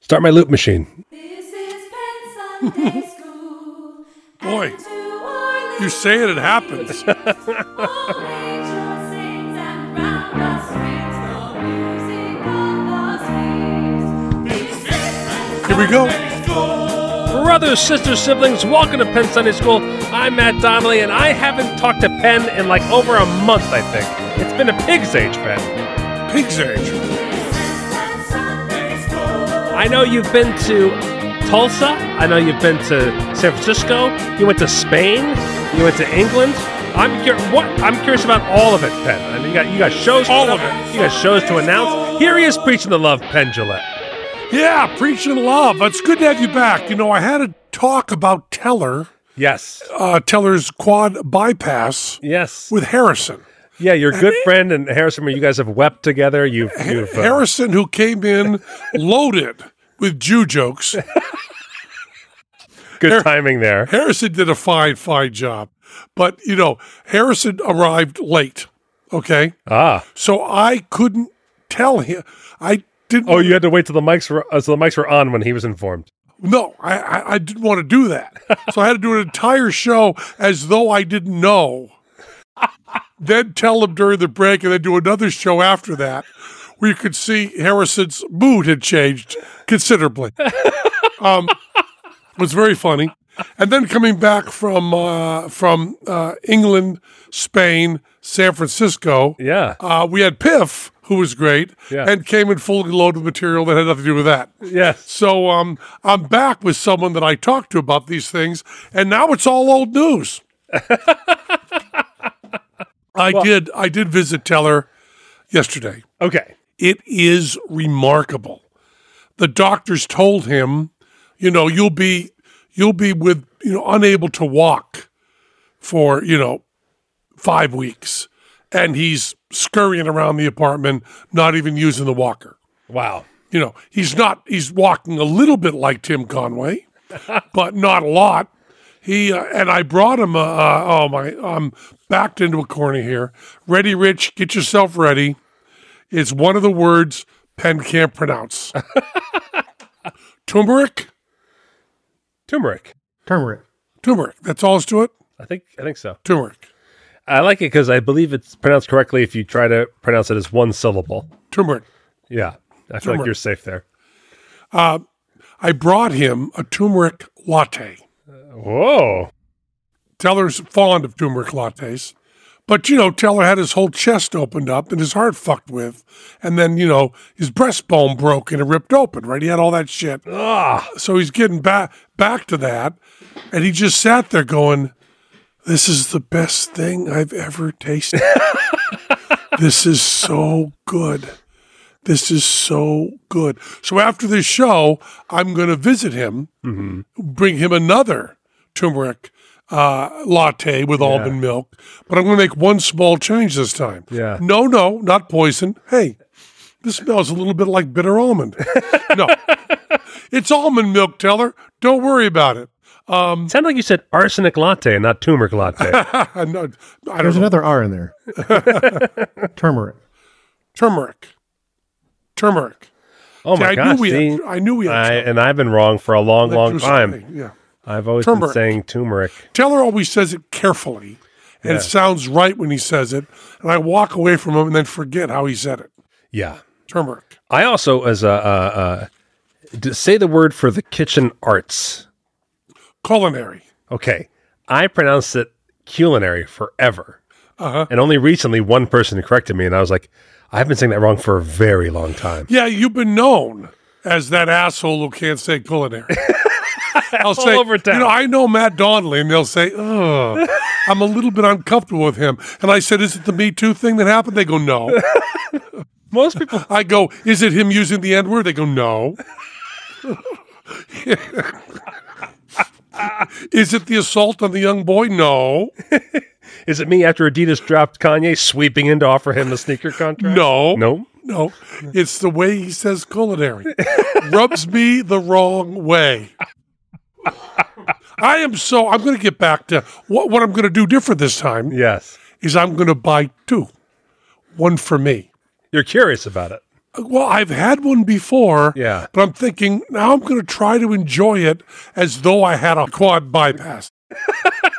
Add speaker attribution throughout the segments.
Speaker 1: Start my loop machine.
Speaker 2: This is Penn Sunday School.
Speaker 3: Boy,
Speaker 2: and to our
Speaker 3: You say it, it happens.
Speaker 2: little angel sings and round us rings the music of the spheres. This is
Speaker 3: Here we go.
Speaker 1: Brothers, sisters, siblings, welcome to Penn Sunday School. I'm Matt Donnelly, and I haven't talked to Penn in like over a month, I think. It's been a pig's age, Penn.
Speaker 3: Pig's age.
Speaker 2: Penn Sunday School.
Speaker 1: I know you've been to Tulsa. I know you've been to San Francisco. You went to Spain. You went to England. I'm cur- what I'm curious about all of it, Penn. I mean, you got you got shows.
Speaker 3: All of
Speaker 1: it. You got shows to announce. Here he is preaching the love, Penn Gillette.
Speaker 3: Yeah, preaching love. It's good to have you back. You know, I had a talk about Teller,
Speaker 1: Yes.
Speaker 3: uh, Teller's quad bypass
Speaker 1: Yes.
Speaker 3: with Harrison.
Speaker 1: Yeah, your good friend and Harrison, you guys have wept together. You've, you've uh,
Speaker 3: Harrison, who came in loaded with Jew jokes.
Speaker 1: good timing there.
Speaker 3: Harrison did a fine, fine job. But, you know, Harrison arrived late. Okay.
Speaker 1: Ah,
Speaker 3: So I couldn't tell him. I didn't.
Speaker 1: oh, you had to wait till the mics were uh, so the mics were on when he was informed.
Speaker 3: No, I, I, I didn't want to do that. So I had to do an entire show as though I didn't know. then tell him during the break and then do another show after that where you could see Harrison's mood had changed considerably. um, it was very funny. And then coming back from uh, from uh, England, Spain, San Francisco,
Speaker 1: Yeah,
Speaker 3: uh, we had Piff, who was great,
Speaker 1: Yeah.
Speaker 3: and came in fully loaded with material that had nothing to do with that.
Speaker 1: yes.
Speaker 3: So um, I'm back with someone that I talked to about these things, and now it's all old news. I did I did visit Teller yesterday.
Speaker 1: Okay.
Speaker 3: It is remarkable. The doctors told him, you know, you'll be you'll be with you know unable to walk for you know five weeks, and he's scurrying around the apartment, not even using the walker
Speaker 1: Wow.
Speaker 3: you know, he's not, he's walking a little bit like Tim Conway, but not a lot. He, uh, and I brought him, uh, uh, oh my, I'm backed into a corner here. Ready, Rich, get yourself ready. It's one of the words Penn can't pronounce. turmeric?
Speaker 1: Turmeric.
Speaker 4: Turmeric.
Speaker 3: Turmeric. That's all it's to it?
Speaker 1: I think I think so.
Speaker 3: Turmeric.
Speaker 1: I like it because I believe it's pronounced correctly if you try to pronounce it as one syllable.
Speaker 3: Turmeric.
Speaker 1: Yeah, I feel like
Speaker 3: Turmeric.
Speaker 1: you're safe there.
Speaker 3: I brought him a turmeric latte.
Speaker 1: Whoa.
Speaker 3: Teller's fond of turmeric lattes. But, you know, Teller had his whole chest opened up and his heart fucked with. And then, you know, his breastbone broke and it ripped open, right? He had all that shit.
Speaker 1: Ah.
Speaker 3: So he's getting back back to that. And he just sat there going, This is the best thing I've ever tasted. this is so good. This is so good. So after this show, I'm going to visit him, bring him another turmeric uh, latte with almond milk, but I'm going to make one small change this time.
Speaker 1: Yeah.
Speaker 3: No, no, not poison. Hey, this smells a little bit like bitter almond. no, it's almond milk, Teller. Don't worry about it.
Speaker 1: It sounded like you said arsenic latte and not turmeric latte.
Speaker 3: I know- I don't
Speaker 4: There's
Speaker 3: know.
Speaker 4: another R in there. Turmeric.
Speaker 3: turmeric. Turmeric.
Speaker 1: Oh my
Speaker 3: I
Speaker 1: gosh.
Speaker 3: knew we
Speaker 1: see?
Speaker 3: had, I knew we had
Speaker 1: I-
Speaker 3: something.
Speaker 1: and I've been wrong for a long,
Speaker 3: That
Speaker 1: long
Speaker 3: was
Speaker 1: time.
Speaker 3: something, Yeah.
Speaker 1: I've always been
Speaker 3: Turmeric.
Speaker 1: saying turmeric.
Speaker 3: Teller always says it carefully, and it sounds right when he says it. And I walk away from him and then forget how he said it.
Speaker 1: Yeah.
Speaker 3: Turmeric.
Speaker 1: I also, as a, uh, uh, d- say the word for the kitchen arts.
Speaker 3: Culinary.
Speaker 1: Okay. I pronounced it culinary forever.
Speaker 3: Uh-huh.
Speaker 1: And only recently one person corrected me, and I was like, I've been saying that wrong for a very long time.
Speaker 3: Yeah, you've been known as that asshole who can't say culinary. I'll say,
Speaker 1: over town.
Speaker 3: you know, I know Matt Donnelly, and they'll say, "Ugh, I'm a little bit uncomfortable with him." And I said, "Is it the Me Too thing that happened?" They go, "No."
Speaker 1: Most people.
Speaker 3: I go, "Is it him using the N word?" They go, "No." Is it the assault on the young boy? No,
Speaker 1: Is it me after Adidas dropped Kanye sweeping in to offer him a sneaker contract?
Speaker 3: no,
Speaker 1: No?
Speaker 3: no. It's the way he says culinary rubs me the wrong way. I am so. I'm going to get back to what what I'm going to do different this time
Speaker 1: Yes.
Speaker 3: is I'm going to buy two, one for me.
Speaker 1: You're curious about it.
Speaker 3: well, I've had one before.
Speaker 1: Yeah.
Speaker 3: But I'm thinking now I'm going to try to enjoy it as though I had a quad bypass.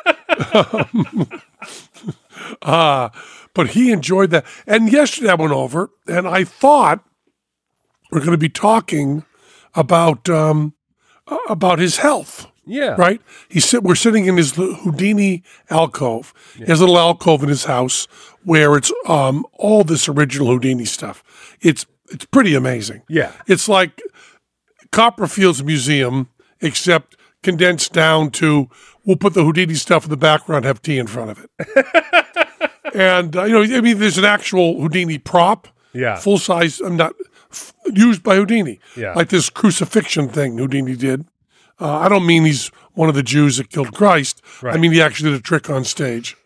Speaker 3: Um, uh, but he enjoyed that. And yesterday I went over and I thought we're going to be talking about um, uh, about his health.
Speaker 1: Yeah.
Speaker 3: Right? He sit, we're sitting in his l- Houdini alcove. He has a little alcove in his house where it's um, all this original Houdini stuff. It's it's pretty amazing.
Speaker 1: Yeah.
Speaker 3: It's like Copperfield's museum, except condensed down to we'll put the Houdini stuff in the background, have tea in front of it. and uh, you know, I mean, there's an actual Houdini prop,
Speaker 1: Yeah.
Speaker 3: full size. I'm not f- used by Houdini,
Speaker 1: Yeah.
Speaker 3: like this crucifixion thing Houdini did. Uh, I don't mean he's one of the Jews that killed Christ. I
Speaker 1: Right.
Speaker 3: mean he actually did a trick on stage,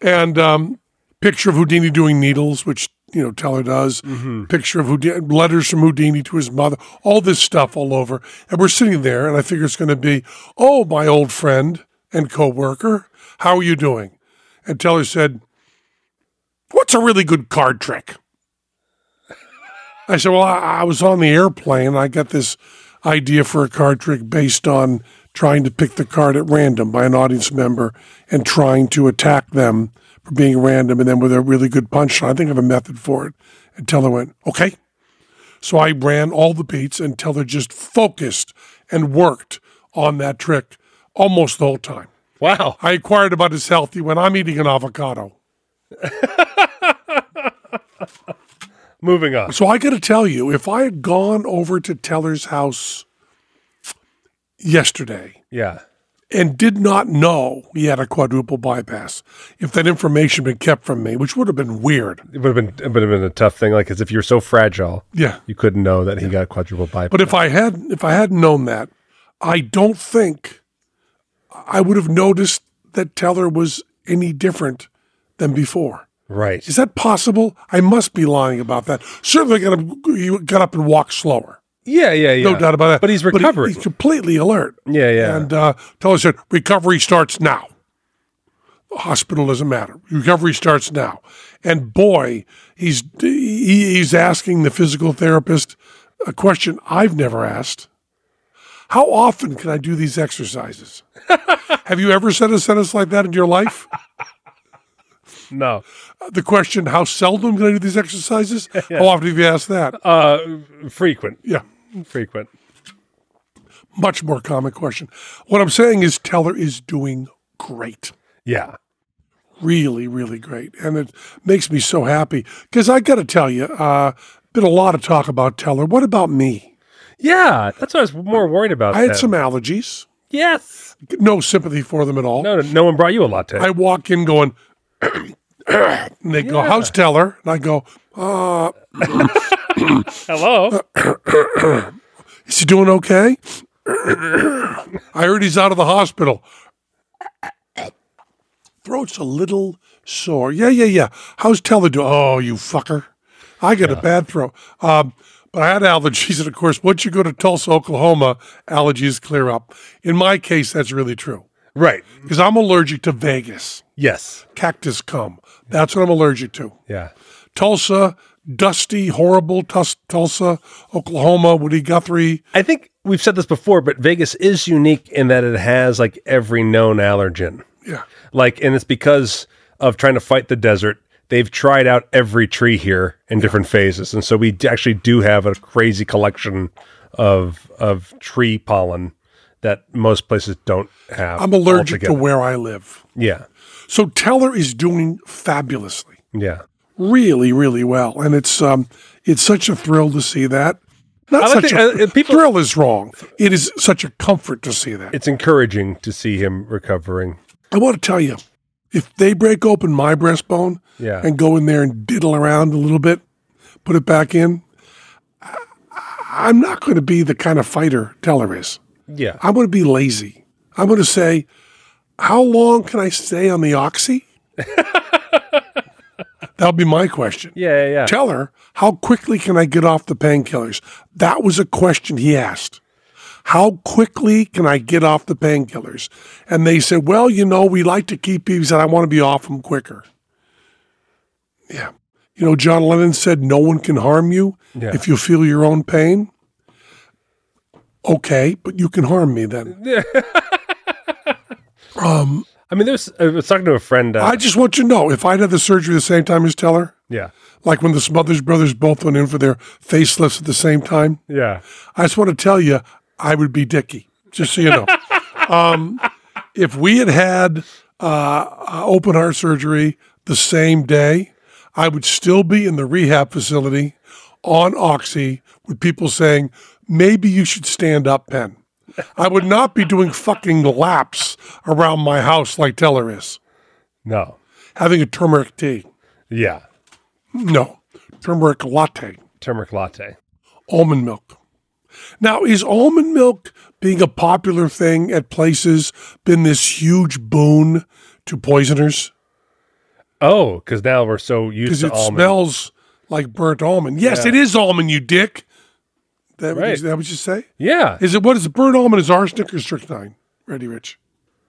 Speaker 3: and um, picture of Houdini doing needles, which you know Teller does.
Speaker 1: Mm-hmm.
Speaker 3: Picture of Houdini, letters from Houdini to his mother, all this stuff all over. And we're sitting there, and I figure it's going to be, oh, my old friend and coworker, how are you doing? And Teller said, "What's a really good card trick?" I said, "Well, I, I was on the airplane. I got this idea for a card trick based on trying to pick the card at random by an audience member and trying to attack them for being random, and then with a really good punchline. I think I have a method for it." And Teller went, "Okay." So I ran all the beats and Teller just focused and worked on that trick almost the whole time.
Speaker 1: Wow.
Speaker 3: I inquired about his health. He went, "I'm eating an avocado."
Speaker 1: Moving on.
Speaker 3: So I got to tell you, if I had gone over to Teller's house yesterday
Speaker 1: Yeah.
Speaker 3: and did not know he had a quadruple bypass, if that information had been kept from me, which would have been weird.
Speaker 1: It would have been it would have been a tough thing, like as if you were so fragile,
Speaker 3: Yeah.
Speaker 1: you couldn't know that he got quadruple bypass.
Speaker 3: But if I had if I had known that, I don't think I would have noticed that Teller was any different than before.
Speaker 1: right.
Speaker 3: Is that possible? I must be lying about that. Certainly, got you got up and walked slower.
Speaker 1: Yeah, yeah, yeah.
Speaker 3: No doubt about that.
Speaker 1: But he's
Speaker 3: he-
Speaker 1: recovering.
Speaker 3: he's completely alert.
Speaker 1: yeah, yeah.
Speaker 3: And uh, Teller said, recovery starts now. The hospital doesn't matter. Recovery starts now. And boy, he's he, he's asking the physical therapist a question I've never asked. How often can I do these exercises? Have you ever said a sentence like that in your life?
Speaker 1: no.
Speaker 3: The question, how seldom can I do these exercises? How often have you asked that?
Speaker 1: Uh, Frequent.
Speaker 3: yeah.
Speaker 1: Frequent.
Speaker 3: Much more common question. What I'm saying is Teller is doing great.
Speaker 1: Yeah.
Speaker 3: really, really great. And it makes me so happy because I got to tell you, uh, been a lot of talk about Teller. What about me?
Speaker 1: Yeah. That's what I was more worried about.
Speaker 3: I had
Speaker 1: then.
Speaker 3: some allergies.
Speaker 1: Yes.
Speaker 3: No sympathy for them at all.
Speaker 1: No, no, no one brought you a latte.
Speaker 3: I walk in going, and they go, "How's Teller?" And I go,
Speaker 1: Hello.
Speaker 3: "Is he doing okay?" I heard he's out of the hospital. Throat's a little sore. Yeah, yeah, yeah. How's Teller doing? Oh, you fucker. I got a bad throat. Um, but I had allergies. And of course, once you go to Tulsa, Oklahoma, allergies clear up. In my case, that's really true
Speaker 1: right.
Speaker 3: because I'm allergic to Vegas,
Speaker 1: Yes.
Speaker 3: cactus cum. That's what I'm allergic to.
Speaker 1: Yeah.
Speaker 3: Tulsa, dusty, horrible Tus- Tulsa, Oklahoma, Woody Guthrie.
Speaker 1: I think we've said this before, but Vegas is unique in that it has like every known allergen.
Speaker 3: Yeah.
Speaker 1: Like, and it's because of trying to fight the desert. They've tried out every tree here in different phases, and so we d- actually do have a crazy collection of of tree pollen that most places don't have.
Speaker 3: I'm allergic to
Speaker 1: altogether.
Speaker 3: where I live.
Speaker 1: Yeah,
Speaker 3: So Teller is doing fabulously.
Speaker 1: yeah.
Speaker 3: really, really well, and it's um, it's such a thrill to see that. Not
Speaker 1: I like
Speaker 3: such
Speaker 1: the-
Speaker 3: a
Speaker 1: uh, people-
Speaker 3: thrill is wrong. It is such a comfort to see that.
Speaker 1: It's encouraging to see him recovering.
Speaker 3: I want to tell you, if they break open my breastbone
Speaker 1: Yeah.
Speaker 3: and go in there and diddle around a little bit, put it back in, I- I'm not going to be the kind of fighter Teller is.
Speaker 1: Yeah,
Speaker 3: I'm going to be lazy. I'm going to say, how long can I stay on the oxy? That'll be my question.
Speaker 1: yeah, yeah.
Speaker 3: Tell her, how quickly can I get off the painkillers? That was a question he asked. How quickly can I get off the painkillers? And they said, well, you know, we like to keep these and I want to be off them quicker. Yeah. You know, John Lennon said, No one can harm you
Speaker 1: Yeah.
Speaker 3: if you feel your own pain. Okay, but you can harm me then. um,
Speaker 1: I mean, there's. I was talking to a friend. Uh,
Speaker 3: I just want you to know if I'd had the surgery the same time as Teller,
Speaker 1: yeah,
Speaker 3: like when the Smothers Brothers both went in for their facelifts at the same time,
Speaker 1: yeah,
Speaker 3: I just want to tell you, I would be Dickie, just so you know. um, if we had had uh, uh, open heart surgery the same day, I would still be in the rehab facility on Oxy with people saying, maybe you should stand up, Penn. I would not be doing fucking laps around my house like Teller is,
Speaker 1: no,
Speaker 3: having a turmeric tea.
Speaker 1: yeah.
Speaker 3: No, turmeric latte.
Speaker 1: Turmeric latte.
Speaker 3: almond milk. Now, is almond milk being a popular thing at places been this huge boon to poisoners?
Speaker 1: Oh, because now we're so used
Speaker 3: Because
Speaker 1: to
Speaker 3: it
Speaker 1: almond.
Speaker 3: smells like burnt almond. Yes,
Speaker 1: Yeah.
Speaker 3: it is almond, you dick. That
Speaker 1: Right.
Speaker 3: was that what you say?
Speaker 1: yeah,
Speaker 3: Is it what is it? Burnt almond is arsenic or strychnine? Ready, Rich.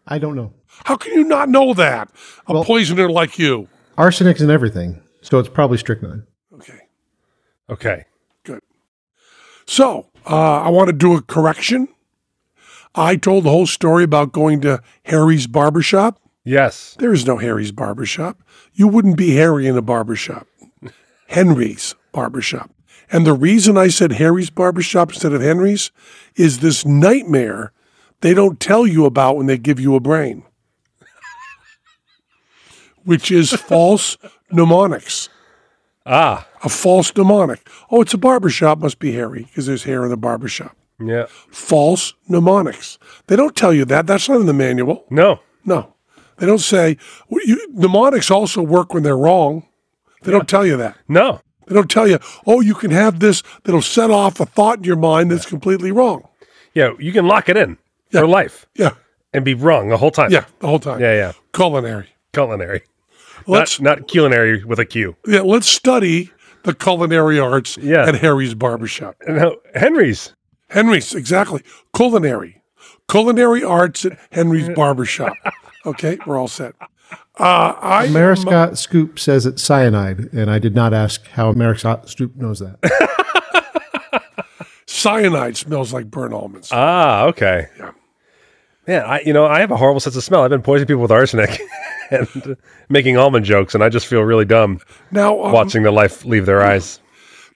Speaker 4: I don't know.
Speaker 3: How can you not know that? A poisoner like you.
Speaker 4: Arsenic's in everything, so it's probably strychnine.
Speaker 3: Okay.
Speaker 1: okay.
Speaker 3: Good. So uh, I want to do a correction. I told the whole story about going to Harry's barbershop.
Speaker 1: Yes,
Speaker 3: There is no Harry's barbershop. You wouldn't be Harry in a barbershop. Henry's barbershop. And the reason I said Harry's barbershop instead of Henry's is this nightmare they don't tell you about when they give you a brain, which is false mnemonics.
Speaker 1: ah,
Speaker 3: A false mnemonic. Oh, it's a barbershop, must be Harry because there's hair in the barbershop.
Speaker 1: yeah,
Speaker 3: False mnemonics. They don't tell you that. That's not in the manual.
Speaker 1: no,
Speaker 3: No, they don't say. well, You, mnemonics also work when they're wrong. They don't tell you that.
Speaker 1: no.
Speaker 3: They don't tell you, oh, you can have this that'll set off a thought in your mind that's completely wrong.
Speaker 1: Yeah, you can lock it in for life
Speaker 3: Yeah,
Speaker 1: and be wrong the whole time.
Speaker 3: yeah, the whole time.
Speaker 1: yeah, yeah.
Speaker 3: Culinary.
Speaker 1: Culinary,
Speaker 3: Let's
Speaker 1: not not culinary with a Q.
Speaker 3: yeah, let's study the culinary arts
Speaker 1: Yeah.
Speaker 3: at Harry's barbershop.
Speaker 1: No, Henry's.
Speaker 3: Henry's exactly culinary, culinary arts at Henry's barbershop. Okay, we're all set. Uh, I
Speaker 4: Mariscot Scoop says it's cyanide, and I did not ask how Mariscot Scoop knows that.
Speaker 3: cyanide smells like burnt almonds.
Speaker 1: Ah, okay.
Speaker 3: Yeah.
Speaker 1: Man, I you know I have a horrible sense of smell. I've been poisoning people with arsenic and making almond jokes, and I just feel really dumb
Speaker 3: now, um,
Speaker 1: watching the life leave their eyes.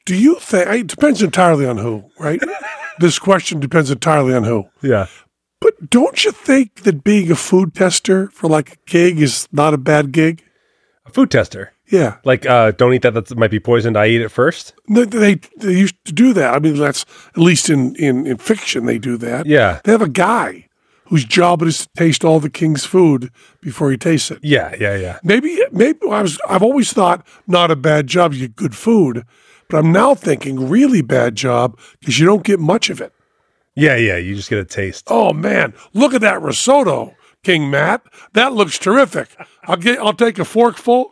Speaker 3: Do you think it depends entirely on who, right? this question depends entirely on who.
Speaker 1: Yeah.
Speaker 3: But don't you think that being a food tester for like a gig is not a bad gig?
Speaker 1: A food tester.
Speaker 3: Yeah,
Speaker 1: Like, uh, don't eat that. That might be poisoned. I eat it first.
Speaker 3: No, they they used to do that. I mean, that's at least in in, in fiction they do that.
Speaker 1: Yeah.
Speaker 3: they have a guy whose job it is to taste all the king's food before he tastes it.
Speaker 1: Yeah, yeah, yeah.
Speaker 3: Maybe maybe I was I've always thought not a bad job you get good food, but I'm now thinking really bad job because you don't get much of it.
Speaker 1: Yeah, yeah. You just get a taste.
Speaker 3: Oh man, look at that risotto, King Matt. That looks terrific. I'll get. I'll take a forkful.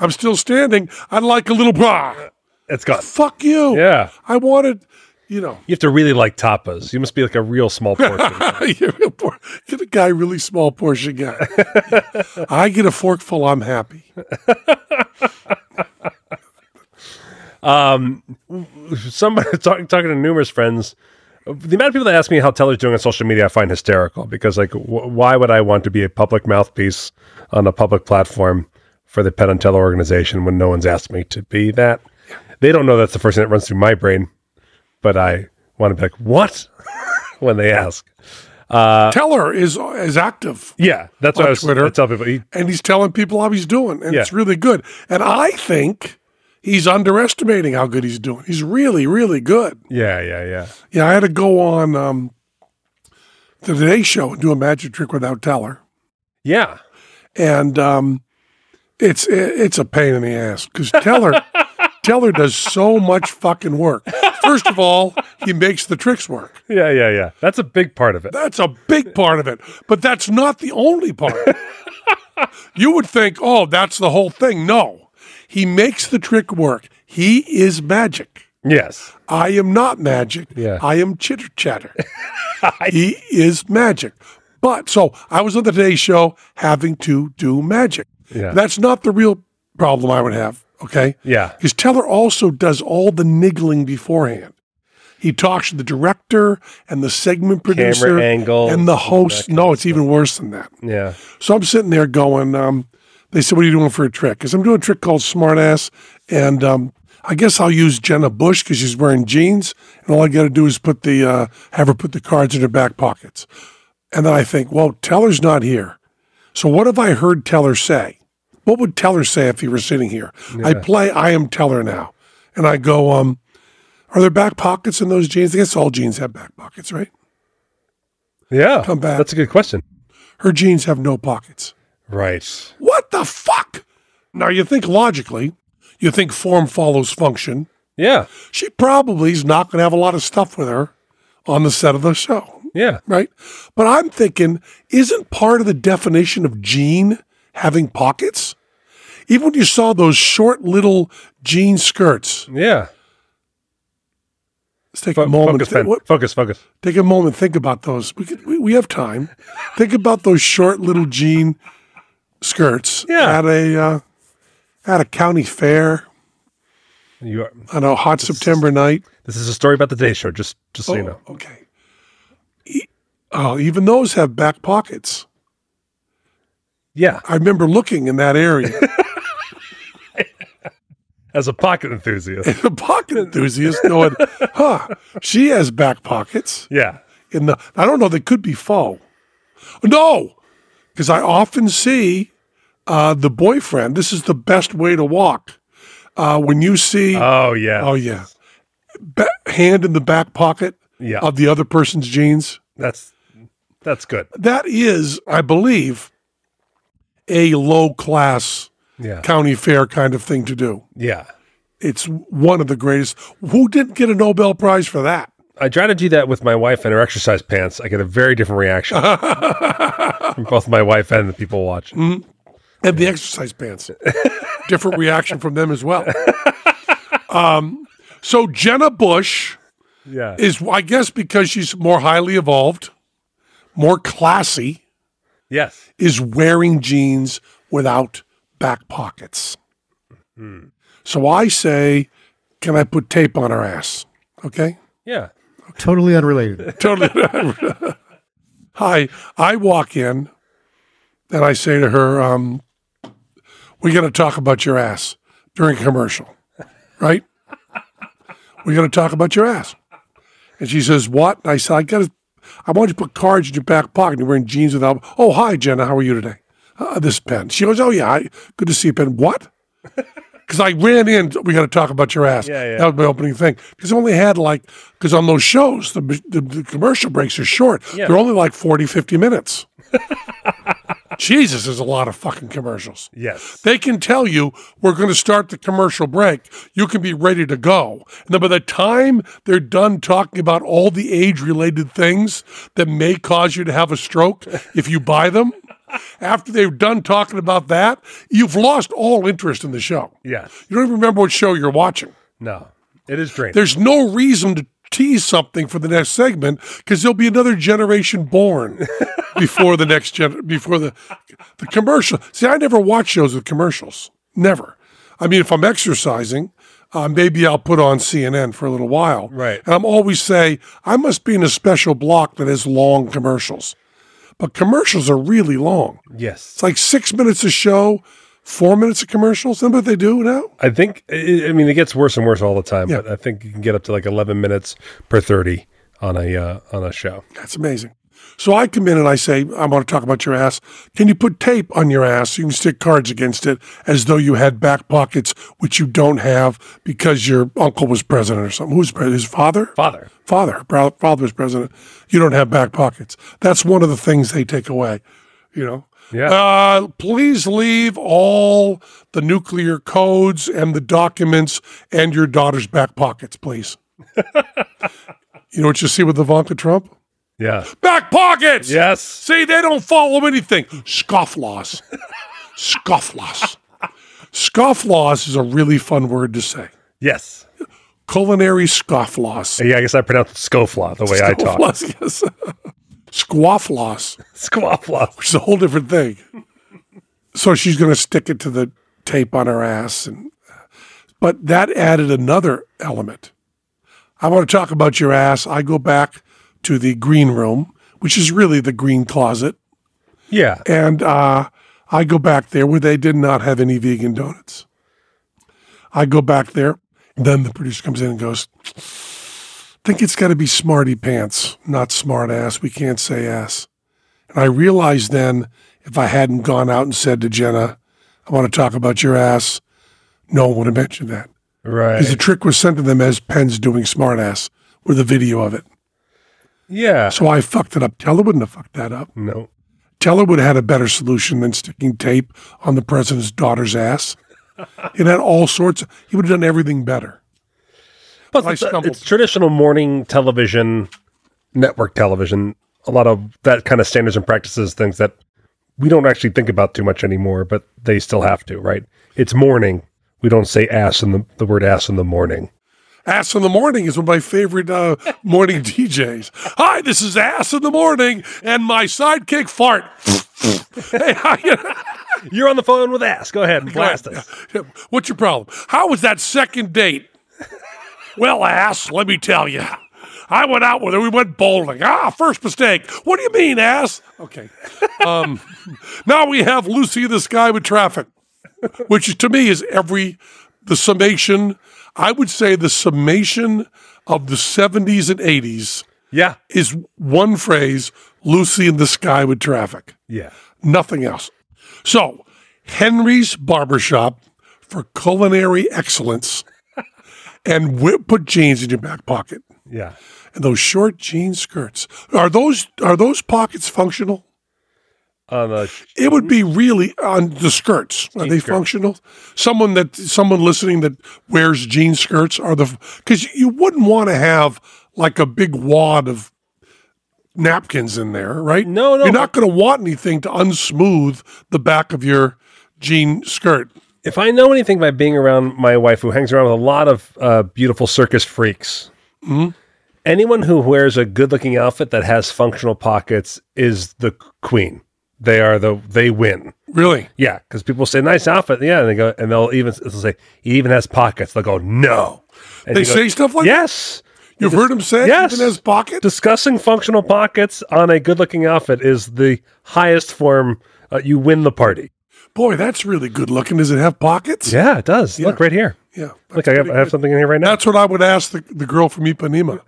Speaker 3: I'm still standing. I'd like a little bra.
Speaker 1: It's gone.
Speaker 3: Fuck you.
Speaker 1: Yeah.
Speaker 3: I wanted, you know,
Speaker 1: You have to really like tapas. You must be like a real small portion.
Speaker 3: you're a poor- get a guy really small portion guy. I get a forkful. I'm happy.
Speaker 1: Somebody talking talking to numerous friends. The amount of people that ask me how Teller's doing on social media, I find hysterical because, like, wh- why would I want to be a public mouthpiece on a public platform for the Penn and Teller organization when no one's asked me to be that? They don't know that's the first thing that runs through my brain, but I want to be like, what? when they ask. Uh,
Speaker 3: Teller is is active.
Speaker 1: Yeah, that's what
Speaker 3: On
Speaker 1: I was
Speaker 3: Twitter.
Speaker 1: I tell people. He,
Speaker 3: and he's telling people how he's doing, and it's
Speaker 1: Yeah.
Speaker 3: really good. And I think he's underestimating how good he's doing. He's really, really good.
Speaker 1: yeah, yeah, yeah.
Speaker 3: Yeah, I had to go on um, the Today Show and do a magic trick without Teller,
Speaker 1: Yeah.
Speaker 3: and um, it's it, it's a pain in the ass because Teller Teller does so much fucking work. First of all, he makes the tricks work.
Speaker 1: Yeah, yeah, yeah. That's a big part of it.
Speaker 3: That's a big part of it, but that's not the only part. you would think, oh, that's the whole thing. No, he makes the trick work. He is magic.
Speaker 1: Yes.
Speaker 3: I am not magic.
Speaker 1: Yeah.
Speaker 3: I am chitter chatter. he is magic. But so I was on the Today Show having to do magic.
Speaker 1: Yeah.
Speaker 3: That's not the real problem I would have. Okay.
Speaker 1: Yeah.
Speaker 3: Because Teller also does all the niggling beforehand. He talks to the director and the segment producer
Speaker 1: angle,
Speaker 3: and the host. No, it's even worse than that.
Speaker 1: Yeah.
Speaker 3: So I'm sitting there going, um, they said, What are you doing for a trick? Because I'm doing a trick called Smartass. And um, I guess I'll use Jenna Bush because she's wearing jeans. And all I got to do is put the, uh, have her put the cards in her back pockets. And then I think, Well, Teller's not here. So what have I heard Teller say? What would Teller say if he were sitting here? I play I Am Teller now. And I go, um, Are there back pockets in those jeans? I guess all jeans have back pockets, right?
Speaker 1: Yeah.
Speaker 3: Come back.
Speaker 1: That's a good question.
Speaker 3: Her jeans have no pockets.
Speaker 1: Right.
Speaker 3: What the fuck? Now you think logically, you think form follows function.
Speaker 1: Yeah.
Speaker 3: She probably is not going to have a lot of stuff with her on the set of the show,
Speaker 1: Yeah.
Speaker 3: right? But I'm thinking, isn't part of the definition of Jean having pockets? Even when you saw those short little jean skirts,
Speaker 1: Yeah.
Speaker 3: let's take
Speaker 1: Fo-
Speaker 3: a moment.
Speaker 1: focus,
Speaker 3: Think-
Speaker 1: Ben.
Speaker 3: what-
Speaker 1: Focus, focus.
Speaker 3: take a moment. Think about those. We, could, we we have time. think about those short little jean skirts
Speaker 1: Yeah.
Speaker 3: at a uh, at a county fair.
Speaker 1: You are,
Speaker 3: on a hot September night.
Speaker 1: this is a story about the day show, just just so you know.
Speaker 3: Oh, okay. E- Oh, even those have back pockets.
Speaker 1: Yeah.
Speaker 3: I remember looking in that area.
Speaker 1: As a pocket enthusiast.
Speaker 3: the pocket enthusiast going, huh, she has back pockets.
Speaker 1: yeah.
Speaker 3: In the, I don't know, they could be faux. No, because I often see uh, the boyfriend. This is the best way to walk. Uh, when you see,
Speaker 1: Oh yeah.
Speaker 3: oh, yeah, ba- hand in the back pocket
Speaker 1: yeah.
Speaker 3: of the other person's jeans.
Speaker 1: that's that's good.
Speaker 3: that is, I believe, a low class
Speaker 1: Yeah.
Speaker 3: county fair kind of thing to do.
Speaker 1: Yeah.
Speaker 3: It's one of the greatest. Who didn't get a Nobel Prize for that?
Speaker 1: I try to do that with my wife and her exercise pants. I get a very different reaction from both my wife and the people watching.
Speaker 3: And the exercise pants. Different reaction from them as well. Um, so Jenna Bush
Speaker 1: Yeah.
Speaker 3: is, I guess, because she's more highly evolved, more classy,
Speaker 1: yes.
Speaker 3: is wearing jeans without back pockets. So I say, can I put tape on her ass? Okay.
Speaker 1: Yeah.
Speaker 4: Totally unrelated.
Speaker 3: Totally. Hi. I walk in and I say to her, um, we got to talk about your ass during commercial, right? we got to talk about your ass. And she says, what? And I said, I got to, I want you to put cards in your back pocket. You're wearing jeans without, oh, hi, Jenna. How are you today? Uh, this pen. She goes, oh, yeah. I, good to see you, pen. What? Because I ran in, we got to talk about your ass.
Speaker 1: Yeah, yeah.
Speaker 3: That was my opening thing. Because I only had like, because on those shows, the, the, the commercial breaks are short.
Speaker 1: Yeah.
Speaker 3: They're only like 40, 50 minutes. Jesus, there's a lot of fucking commercials.
Speaker 1: Yes.
Speaker 3: They can tell you we're going to start the commercial break. You can be ready to go. And then by the time they're done talking about all the age related things that may cause you to have a stroke if you buy them, after they're done talking about that, you've lost all interest in the show.
Speaker 1: Yes.
Speaker 3: You don't even remember what show you're watching.
Speaker 1: No. It is draining.
Speaker 3: There's no reason to tease something for the next segment because there'll be another generation born before the next gen before the the commercial. See, I never watch shows with commercials. Never. I mean, if I'm exercising, uh, maybe I'll put on CNN for a little while.
Speaker 1: Right.
Speaker 3: And I'm always say I must be in a special block that has long commercials, but commercials are really long.
Speaker 1: yes.
Speaker 3: It's like six minutes a show, four minutes of commercials. Remember what they do now?
Speaker 1: I think I I mean it gets worse and worse all the time,
Speaker 3: Yeah.
Speaker 1: but I think you can get up to like 11 minutes per 30 on a uh, on a show.
Speaker 3: That's amazing. So I come in and I say, I want to talk about your ass. Can you put tape on your ass so you can stick cards against it as though you had back pockets, which you don't have because your uncle was president or something? Who's president? His father?
Speaker 1: Father.
Speaker 3: Father. Pro- Father was president. You don't have back pockets. That's one of the things they take away, you know?
Speaker 1: Yeah.
Speaker 3: Uh, please leave all the nuclear codes and the documents and your daughter's back pockets, please. you know what you see with Ivanka Trump?
Speaker 1: Yeah.
Speaker 3: back pockets.
Speaker 1: Yes.
Speaker 3: See, they don't follow anything. Scofflaws. Scofflaws. Scofflaws is a really fun word to say.
Speaker 1: Yes.
Speaker 3: Culinary scofflaws.
Speaker 1: Yeah, I guess I pronounced scoflaw the way I talk.
Speaker 3: Scofflaws, yes. Squawflaws,
Speaker 1: Scoflaw.
Speaker 3: which is a whole different thing. So she's going to stick it to the tape on her ass. And But that added another element. I want to talk about your ass. I go back to the green room, which is really the green closet.
Speaker 1: Yeah.
Speaker 3: And uh, I go back there where they did not have any vegan donuts. I go back there. Then the producer comes in and goes, think it's got to be smarty pants, not smart ass. We can't say ass. And I realized then if I hadn't gone out and said to Jenna, I want to talk about your ass, no one would have mentioned that.
Speaker 1: Right.
Speaker 3: Because the trick was sent to them as Penn's doing smart ass with a video of it.
Speaker 1: yeah.
Speaker 3: So I fucked it up. Teller wouldn't have fucked that up.
Speaker 1: No.
Speaker 3: Teller would have had a better solution than sticking tape on the president's daughter's ass. It had all sorts. Of, he would have done everything better.
Speaker 1: Plus,
Speaker 3: I
Speaker 1: it's, uh,
Speaker 3: stumbled.
Speaker 1: it's traditional morning television, network television. A lot of that kind of standards and practices, things that we don't actually think about too much anymore, but they still have to, right? It's morning. We don't say ass in the, the word ass in the morning.
Speaker 3: Ass in the Morning is one of my favorite uh, morning DJs. Hi, this is Ass in the Morning and my sidekick Fart. hey, how
Speaker 1: You're on the phone with ass. Go ahead and blast
Speaker 3: you-
Speaker 1: us.
Speaker 3: What's your problem? How was that second date? Well, Ass, let me tell you. I went out with her. We went bowling. Ah, first mistake. What do you mean, ass? Okay. Um, now we have Lucy in the Sky with Traffic, which to me is every, the summation, I would say the summation of the 70s and 80s
Speaker 1: Yeah.
Speaker 3: is one phrase Lucy in the Sky with Traffic
Speaker 1: Yeah.
Speaker 3: nothing else. So, Henry's Barbershop for culinary excellence and whip, put jeans in your back pocket.
Speaker 1: Yeah.
Speaker 3: And those short jean skirts. Are those are those pockets functional?
Speaker 1: On the
Speaker 3: It
Speaker 1: Mm-hmm.
Speaker 3: would be really on the skirts. Are they functional? Someone that someone listening that wears jean skirts are the because you wouldn't want to have like a big wad of napkins in there, right?
Speaker 1: No, no,
Speaker 3: You're not going to want anything to unsmooth the back of your jean skirt.
Speaker 1: if I know anything by being around my wife, who hangs around with a lot of uh, beautiful circus freaks,
Speaker 3: Mm-hmm.
Speaker 1: anyone who wears a good-looking outfit that has functional pockets is the queen. They are the they win.
Speaker 3: Really?
Speaker 1: Yeah, because people say nice outfit. Yeah, and they go and they'll even they'll say he even has pockets. They'll go no. And
Speaker 3: They
Speaker 1: you go,
Speaker 3: say stuff like
Speaker 1: yes.
Speaker 3: You've heard him say it,
Speaker 1: Yes.
Speaker 3: even his pocket?
Speaker 1: Discussing functional pockets on a good-looking outfit is the highest form. Uh, you win the party.
Speaker 3: Boy, that's really good looking. Does it have pockets?
Speaker 1: Yeah, it does. Look right here.
Speaker 3: Yeah.
Speaker 1: Look, I have, I have something in here right now.
Speaker 3: That's what I would ask the, the girl from Ipanema.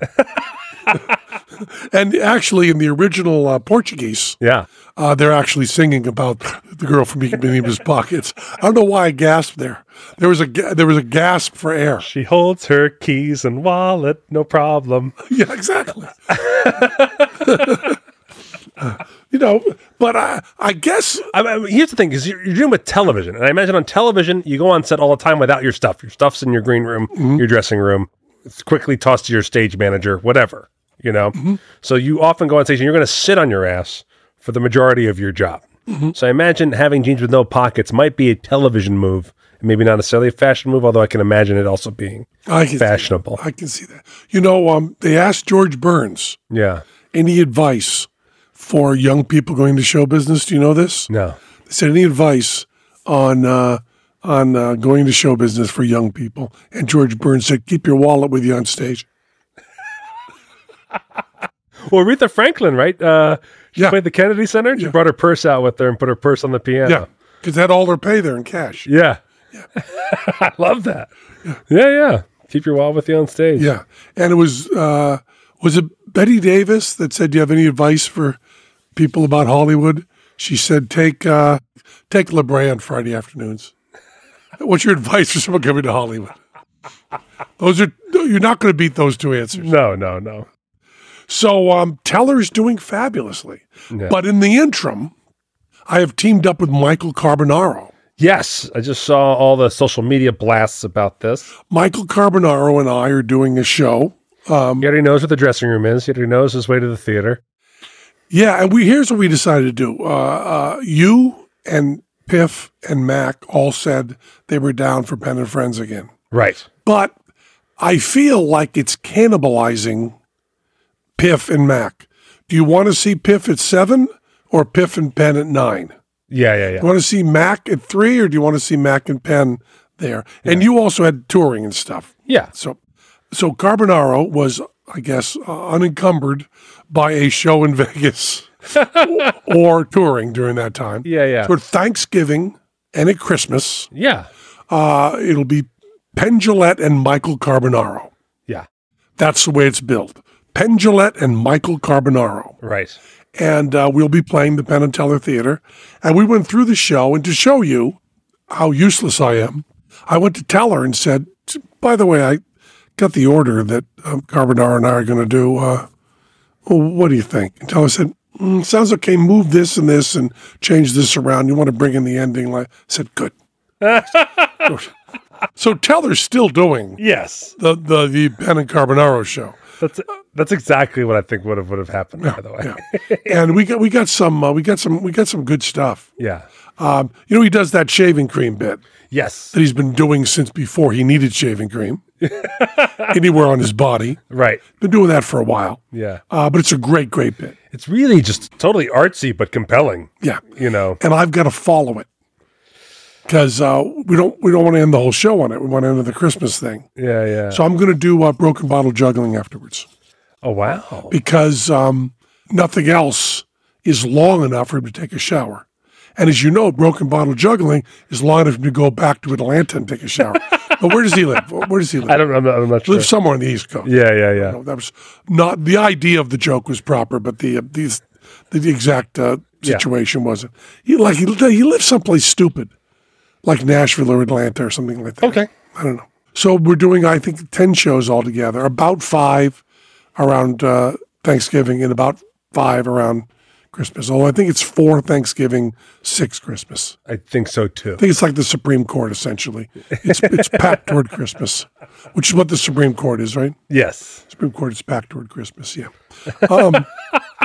Speaker 3: and actually, in the original uh, Portuguese,
Speaker 1: Yeah.
Speaker 3: uh, they're actually singing about the girl from Ipanema's pockets. I don't know why I gasped there. There was a ga- there was a gasp for air.
Speaker 1: She holds her keys and wallet, no problem.
Speaker 3: Yeah, exactly. you know, but I I guess
Speaker 1: I mean, here's the thing: is you're, you're dealing with television, and I imagine on television you go on set all the time without your stuff. Your stuff's in your green room,
Speaker 3: Mm-hmm.
Speaker 1: your dressing room. It's quickly tossed to your stage manager, whatever you know.
Speaker 3: Mm-hmm.
Speaker 1: So you often go on stage and you're going to sit on your ass for the majority of your job.
Speaker 3: Mm-hmm.
Speaker 1: So I imagine having jeans with no pockets might be a television move, and maybe not necessarily a fashion move. Although I can imagine it also being
Speaker 3: I can see-
Speaker 1: fashionable.
Speaker 3: I can see that. You know, um, they asked George Burns
Speaker 1: yeah.
Speaker 3: any advice for young people going to show business. Do you know this?
Speaker 1: No.
Speaker 3: Is there any advice on uh, on uh, going to show business for young people? And George Burns said, "Keep your wallet with you on stage."
Speaker 1: Well, Aretha Franklin, right? Uh, she
Speaker 3: Yeah.
Speaker 1: played the Kennedy Center. She brought her purse out with her and put her purse on the piano.
Speaker 3: Yeah, because they had all their pay there in cash.
Speaker 1: Yeah. I love that. Yeah, yeah. Keep your wallet with you on stage.
Speaker 3: Yeah, and it was uh, was it Betty Davis that said, "Do you have any advice for people about Hollywood?" She said, "Take uh, take La Brea on Friday afternoons." What's your advice for someone coming to Hollywood? Those are you're not going to beat those two answers.
Speaker 1: No, no, no.
Speaker 3: So um, Teller's doing fabulously,
Speaker 1: Yeah.
Speaker 3: but in the interim, I have teamed up with Michael Carbonaro.
Speaker 1: Yes, I just saw all the social media blasts about this.
Speaker 3: Michael Carbonaro and I are doing a show
Speaker 1: He already knows what the dressing room is. He already knows his way to the theater.
Speaker 3: Yeah, and we here's what we decided to do. Uh, uh, you and Piff and Mac all said they were down for Pen and Friends again,
Speaker 1: Right.
Speaker 3: but I feel like it's cannibalizing Piff and Mac. Do you want to see Piff at seven or Piff and Pen at nine?
Speaker 1: Yeah, yeah,
Speaker 3: You
Speaker 1: yeah.
Speaker 3: want to see Mac at three, or do you want to see Mac and Pen there. And you also had touring and stuff.
Speaker 1: Yeah.
Speaker 3: So, so Carbonaro was, I guess, uh, unencumbered by a show in Vegas or touring during that time.
Speaker 1: Yeah, yeah.
Speaker 3: So at Thanksgiving and at Christmas,
Speaker 1: Yeah.
Speaker 3: uh, it'll be Penn Jillette and Michael Carbonaro.
Speaker 1: Yeah.
Speaker 3: That's the way it's built. Penn Jillette and Michael Carbonaro
Speaker 1: Right.
Speaker 3: and uh, we'll be playing the Penn and Teller Theater. And we went through the show, and to show you how useless I am, I went to tell her and said, "By the way, I got the order that um, Carbonaro and I are going to do. Uh, well, what do you think?" And Teller said, mm, "Sounds okay. Move this and this, and change this around. You want to bring in the ending?" Like I said, "Good." so Teller's still doing
Speaker 1: Yes.
Speaker 3: the the, the Penn and Carbonaro show.
Speaker 1: That's that's exactly what I think would have would have happened. By the way.
Speaker 3: Yeah. and we got we got some uh, we got some we got some good stuff.
Speaker 1: yeah.
Speaker 3: Um, you know, he does that shaving cream bit
Speaker 1: Yes.
Speaker 3: that he's been doing since before he needed shaving cream anywhere on his body.
Speaker 1: Right.
Speaker 3: Been doing that for a while,
Speaker 1: Yeah.
Speaker 3: uh, but it's a great, great bit.
Speaker 1: It's really just totally artsy but compelling.
Speaker 3: Yeah,
Speaker 1: You know.
Speaker 3: and I've got to follow it because uh, we don't we don't want to end the whole show on it. We want to end on the Christmas thing,
Speaker 1: Yeah. Yeah.
Speaker 3: so I'm going to do uh, broken bottle juggling afterwards
Speaker 1: oh wow.
Speaker 3: because um, nothing else is long enough for him to take a shower. And as you know, broken bottle juggling is long enough for him to go back to Atlanta and take a shower. but where does he live? Where does he live?
Speaker 1: I don't. I'm not, I'm not sure.
Speaker 3: live somewhere on the East Coast.
Speaker 1: Yeah. Yeah. Yeah.
Speaker 3: No, that was not the idea of the joke was proper, but the uh, these the exact uh, situation wasn't. He like he he lived someplace stupid, like Nashville or Atlanta or something like that.
Speaker 1: Okay.
Speaker 3: I don't know. So we're doing I think ten shows altogether, about five around uh, Thanksgiving and about five around Christmas. Although I think it's four Thanksgiving, six Christmas.
Speaker 1: I think so too.
Speaker 3: I think it's like the Supreme Court essentially. It's it's packed toward Christmas, which is what the Supreme Court is, right?
Speaker 1: Yes.
Speaker 3: Supreme Court is back toward Christmas. Yeah. Um,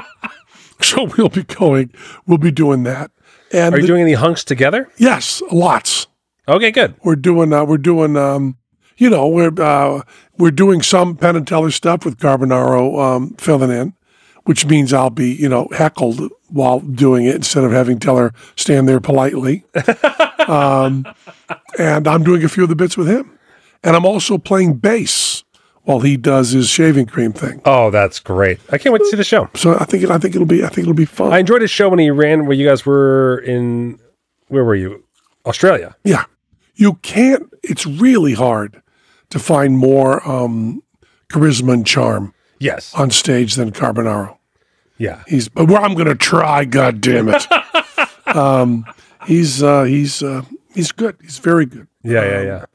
Speaker 3: so we'll be going. We'll be doing that. And
Speaker 1: Are you
Speaker 3: the-
Speaker 1: doing any hunks together?
Speaker 3: yes, lots.
Speaker 1: Okay. Good.
Speaker 3: We're doing. Uh, we're doing. Um, you know, we're uh, we're doing some Penn and Teller stuff with Carbonaro um, filling in, which means I'll be you know heckled while doing it instead of having Teller stand there politely. um, and I'm doing a few of the bits with him, and I'm also playing bass while he does his shaving cream thing.
Speaker 1: Oh, that's great. I can't wait to see the show.
Speaker 3: So I think I think it'll be I think it'll be fun.
Speaker 1: I enjoyed his show when he ran where you guys were in where were you? Australia.
Speaker 3: yeah, you can't. It's really hard to find more um, charisma and charm
Speaker 1: Yes.
Speaker 3: on stage than Carbonaro.
Speaker 1: Yeah.
Speaker 3: He's but where I'm going to try. God damn it. um, he's uh, he's uh, he's good. He's very good.
Speaker 1: Yeah, yeah,
Speaker 3: um,
Speaker 1: yeah.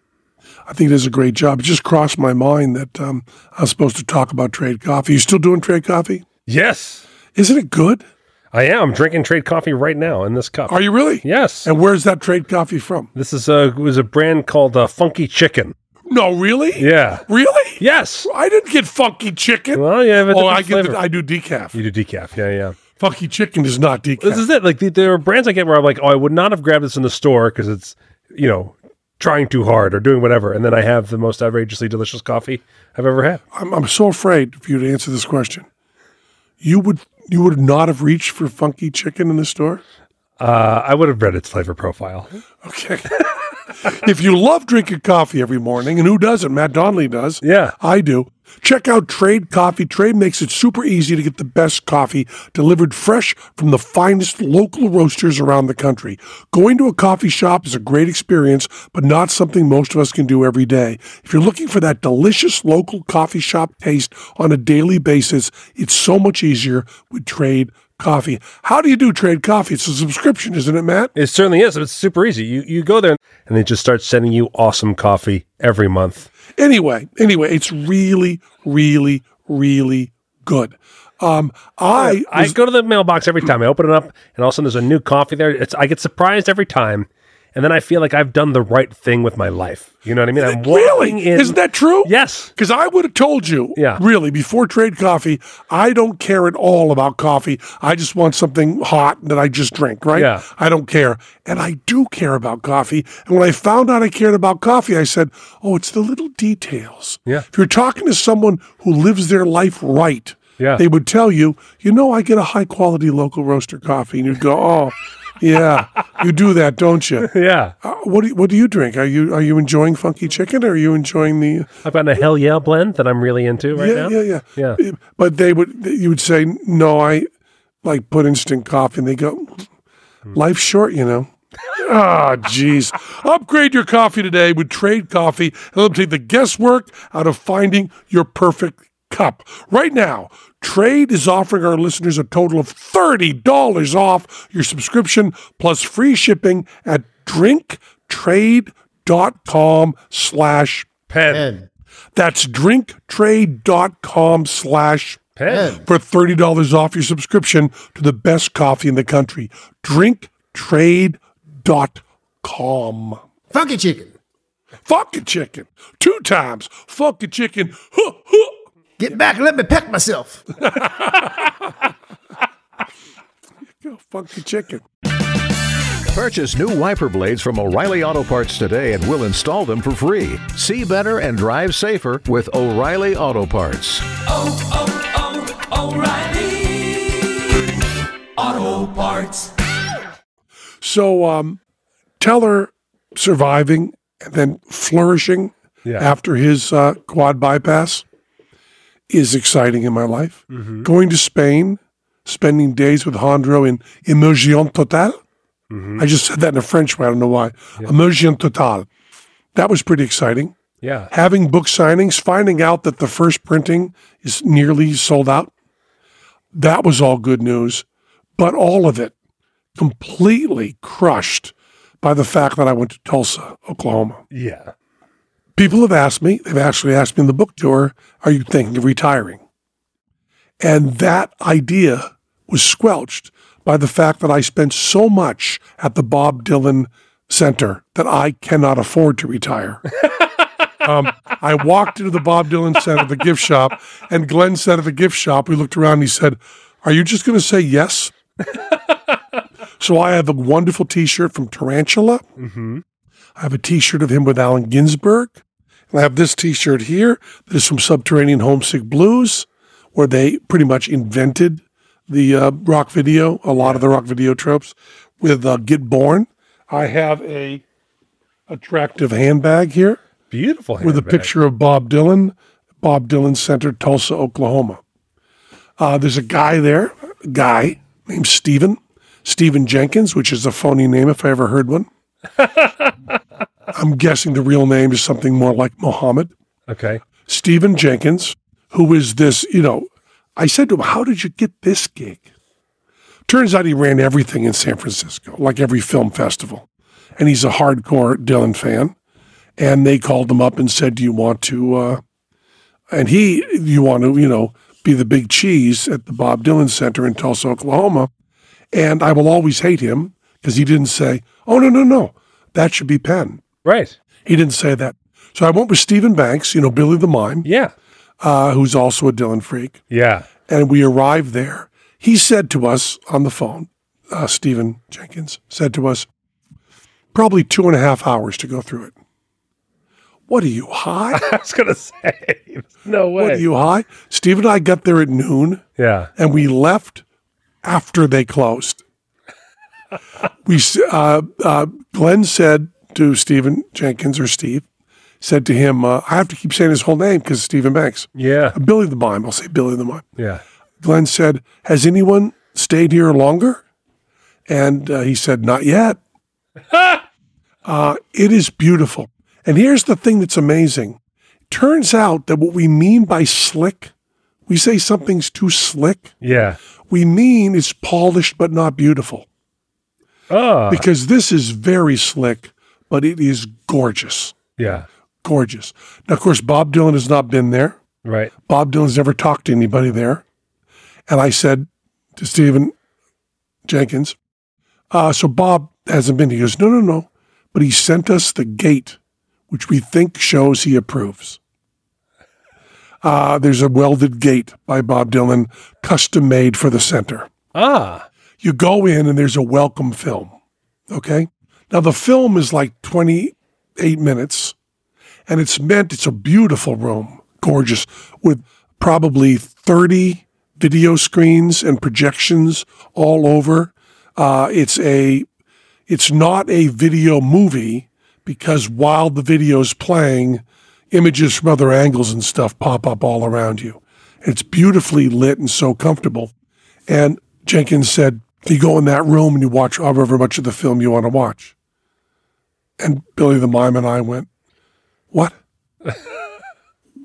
Speaker 3: I think he does a great job. It just crossed my mind that um, I was supposed to talk about trade coffee. You still doing trade coffee?
Speaker 1: Yes.
Speaker 3: Isn't it good?
Speaker 1: I am drinking trade coffee right now in this cup.
Speaker 3: Are you really?
Speaker 1: yes.
Speaker 3: And where's that trade coffee from?
Speaker 1: This is a was a brand called uh, Funky Chicken.
Speaker 3: No, really?
Speaker 1: Yeah.
Speaker 3: Really?
Speaker 1: Yes.
Speaker 3: I didn't get funky chicken.
Speaker 1: Well, you have a
Speaker 3: oh,
Speaker 1: different
Speaker 3: I get.
Speaker 1: flavor.
Speaker 3: The, I do decaf.
Speaker 1: you do decaf. Yeah, yeah.
Speaker 3: Funky chicken is not decaf.
Speaker 1: This is it. Like the, there are brands I get where I'm like, oh, I would not have grabbed this in the store because it's you know trying too hard or doing whatever, and then I have the most outrageously delicious coffee I've ever had.
Speaker 3: I'm, I'm so afraid for you to answer this question. You would you would not have reached for funky chicken in the store.
Speaker 1: Uh, I would have read its flavor profile.
Speaker 3: Okay. if you love drinking coffee every morning, and who doesn't? Matt Donnelly does.
Speaker 1: Yeah.
Speaker 3: I do. Check out Trade Coffee. Trade makes it super easy to get the best coffee delivered fresh from the finest local roasters around the country. Going to a coffee shop is a great experience, but not something most of us can do every day. If you're looking for that delicious local coffee shop taste on a daily basis, it's so much easier with Trade Coffee. How do you do Trade Coffee? It's a subscription, isn't it, Matt?
Speaker 1: It certainly is. It's super easy. You you go there and they just start sending you awesome coffee every month.
Speaker 3: Anyway, anyway, it's really, really, really good. Um, I,
Speaker 1: I go to the mailbox every time. I open it up and all of a sudden there's a new coffee there. It's I get surprised every time, and then I feel like I've done the right thing with my life. You know what I mean? I'm walking
Speaker 3: really
Speaker 1: in-
Speaker 3: isn't that true?
Speaker 1: Yes.
Speaker 3: Because I would have told you,
Speaker 1: Yeah.
Speaker 3: really, before trade coffee, I don't care at all about coffee. I just want something hot that I just drink, right?
Speaker 1: Yeah.
Speaker 3: I don't care. And I do care about coffee. And when I found out I cared about coffee, I said, oh, it's the little details.
Speaker 1: Yeah.
Speaker 3: If you're talking to someone who lives their life right,
Speaker 1: Yeah.
Speaker 3: they would tell you, you know, I get a high quality local roaster coffee. And you'd go, oh, Yeah, you do that, don't you?
Speaker 1: Yeah.
Speaker 3: Uh, what do you, what do you drink? Are you are you enjoying funky chicken? Or are you enjoying the
Speaker 1: I've got a hell yeah blend that I'm really into right now.
Speaker 3: yeah, yeah yeah
Speaker 1: Yeah.
Speaker 3: But they would you would say no. I like put instant coffee, and they go,
Speaker 1: Hmm.
Speaker 3: life's short, you know. Ah, jeez. Upgrade your coffee today with Trade Coffee and let them take the guesswork out of finding your perfect cup. Right now, Trade is offering our listeners a total of $30 off your subscription plus free shipping at drinktrade.com slash
Speaker 1: Pen.
Speaker 4: Pen.
Speaker 3: that's drinktrade.com slash
Speaker 1: Pen.
Speaker 3: for $30 off your subscription to the best coffee in the country. Drinktrade.com.
Speaker 4: Funky chicken.
Speaker 3: Funky chicken. Two times. Funky chicken. Huh, huh.
Speaker 4: Get back and let me peck myself.
Speaker 3: Yeah, Funky chicken.
Speaker 5: Purchase new wiper blades from O'Reilly Auto Parts today and we'll install them for free. See better and drive safer with O'Reilly Auto Parts.
Speaker 6: oh, oh, oh, O'Reilly. Auto parts.
Speaker 3: So um, tell her surviving and then flourishing
Speaker 1: Yeah.
Speaker 3: after his uh, quad bypass is exciting in my life. Going to Spain, spending days with Alejandro in Immersion Total. I just said that in a French way. I don't know why. Immersion Total. That was pretty exciting.
Speaker 1: Yeah.
Speaker 3: Having book signings, finding out that the first printing is nearly sold out. That was all good news, but all of it completely crushed by the fact that I went to Tulsa, Oklahoma.
Speaker 1: Yeah.
Speaker 3: People have asked me, they've actually asked me in the book tour, are you thinking of retiring? And that idea was squelched by the fact that I spent so much at the Bob Dylan Center that I cannot afford to retire. um, I walked into the Bob Dylan Center, the gift shop, and Glenn said at the gift shop, we looked around and he said, Are you just going to say yes? so I have a wonderful t shirt from Tarantula. I have a T-shirt of him with Allen Ginsberg, and I have this T-shirt here that is from Subterranean Homesick Blues, where they pretty much invented the uh, rock video, a lot of the rock video tropes, with uh, "Get Born." I have a attractive handbag here
Speaker 1: Beautiful.
Speaker 3: with a
Speaker 1: handbag.
Speaker 3: picture of Bob Dylan, Bob Dylan Center, Tulsa, Oklahoma. Uh, there's a guy there, a guy named Steven, Steven Jenkins, which is a phony name if I ever heard one. I'm guessing the real name is something more like Mohammed.
Speaker 1: Okay.
Speaker 3: Steven Jenkins, who is this, you know, I said to him, How did you get this gig? Turns out he ran everything in San Francisco, like every film festival. And he's a hardcore Dylan fan. And they called him up and said, Do you want to, uh, and he, you want to, you know, be the big cheese at the Bob Dylan Center in Tulsa, Oklahoma. And I will always hate him because he didn't say, Oh, no, no, no, that should be Penn.
Speaker 1: Right.
Speaker 3: He didn't say that. So I went with Stephen Banks, you know, Billy the Mime,
Speaker 1: Yeah.
Speaker 3: uh, who's also a Dylan freak.
Speaker 1: Yeah.
Speaker 3: And we arrived there. He said to us on the phone, uh, Stephen Jenkins said to us, probably two and a half hours to go through it. What are you, high?
Speaker 1: I was gonna say. No way.
Speaker 3: what are you, high? Steve and I got there at noon
Speaker 1: yeah.
Speaker 3: and we left after they closed. we s- uh, uh, Glenn said to Stephen Jenkins or Steve said to him, uh, "I have to keep saying his whole name because Stephen Banks,
Speaker 1: Yeah.
Speaker 3: Billy the Mime. I'll say Billy the Mime."
Speaker 1: Yeah.
Speaker 3: Glenn said, "Has anyone stayed here longer?" And uh, he said, "Not yet." uh, it is beautiful, and here's the thing that's amazing. Turns out that what we mean by slick, we say something's too slick
Speaker 1: Yeah.
Speaker 3: we mean it's polished but not beautiful
Speaker 1: Oh.
Speaker 3: because this is very slick, but it is gorgeous.
Speaker 1: Yeah.
Speaker 3: Gorgeous. Now, of course, Bob Dylan has not been there.
Speaker 1: Right.
Speaker 3: Bob Dylan's never talked to anybody there. And I said to Stephen Jenkins, uh, so Bob hasn't been. He goes, no, no, no. But he sent us the gate, which we think shows he approves. Uh, there's a welded gate by Bob Dylan, custom made for the center
Speaker 1: Ah.
Speaker 3: you go in and there's a welcome film. Okay. Now the film is like 28 minutes and it's meant, it's a beautiful room, gorgeous, with probably 30 video screens and projections all over. Uh, it's a It's not a video movie because while the video's playing, images from other angles and stuff pop up all around you. It's beautifully lit and so comfortable. And Jenkins said, You go in that room and you watch however much of the film you want to watch. And Billy the Mime and I went, What?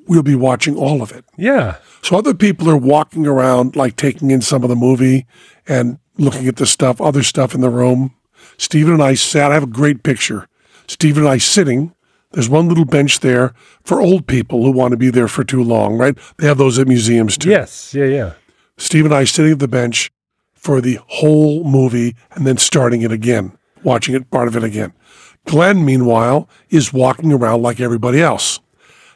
Speaker 3: we'll be watching all of it.
Speaker 1: Yeah.
Speaker 3: So other people are walking around, like taking in some of the movie and looking at the stuff, other stuff in the room. Stephen and I sat. I have a great picture. Stephen and I sitting. There's one little bench there for old people who want to be there for too long, right? They have those at museums too.
Speaker 1: Yes. Yeah. Yeah.
Speaker 3: Steve and I sitting at the bench for the whole movie and then starting it again, watching it part of it again. Glenn, meanwhile, is walking around like everybody else.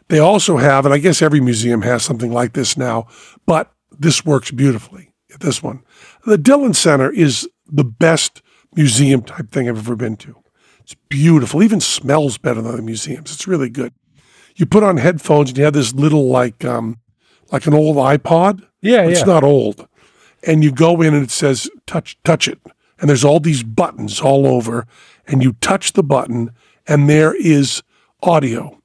Speaker 3: They also have, and I guess every museum has something like this now, but this works beautifully. This one. The Dillon Center is the best museum type thing I've ever been to. It's beautiful, even smells better than the museums. It's really good. You put on headphones and you have this little like um like an old iPod.
Speaker 1: Yeah,
Speaker 3: It's
Speaker 1: yeah.
Speaker 3: not old. And you go in and it says touch touch it. And there's all these buttons all over. And you touch the button and there is audio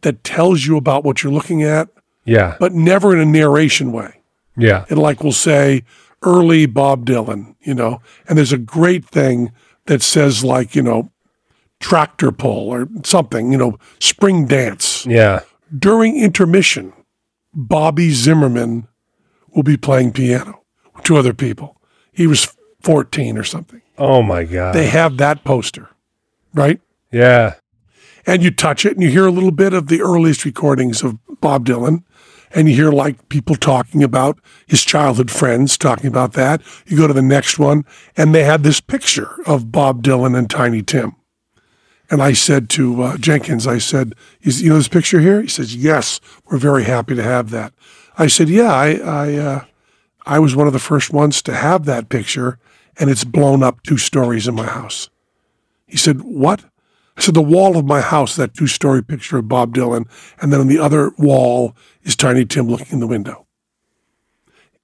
Speaker 3: that tells you about what you're looking at,
Speaker 1: Yeah.
Speaker 3: but never in a narration way
Speaker 1: Yeah.
Speaker 3: it like will say early Bob Dylan, you know, and there's a great thing that says like, you know, tractor pull or something, you know, spring dance.
Speaker 1: Yeah.
Speaker 3: During intermission, Bobby Zimmerman will be playing piano with two other people. He was 14 or something.
Speaker 1: Oh my god.
Speaker 3: They have that poster, right?
Speaker 1: yeah.
Speaker 3: and you touch it and you hear a little bit of the earliest recordings of Bob Dylan and you hear like people talking about his childhood friends talking about that you go to the next one and they had this picture of Bob Dylan and Tiny Tim and I said to uh, Jenkins I said is you know this picture here he says yes we're very happy to have that I said yeah I I uh, I was one of the first ones to have that picture and it's blown up two stories in my house he said, What? I said, The wall of my house, that two story picture of Bob Dylan. And then on the other wall is Tiny Tim looking in the window.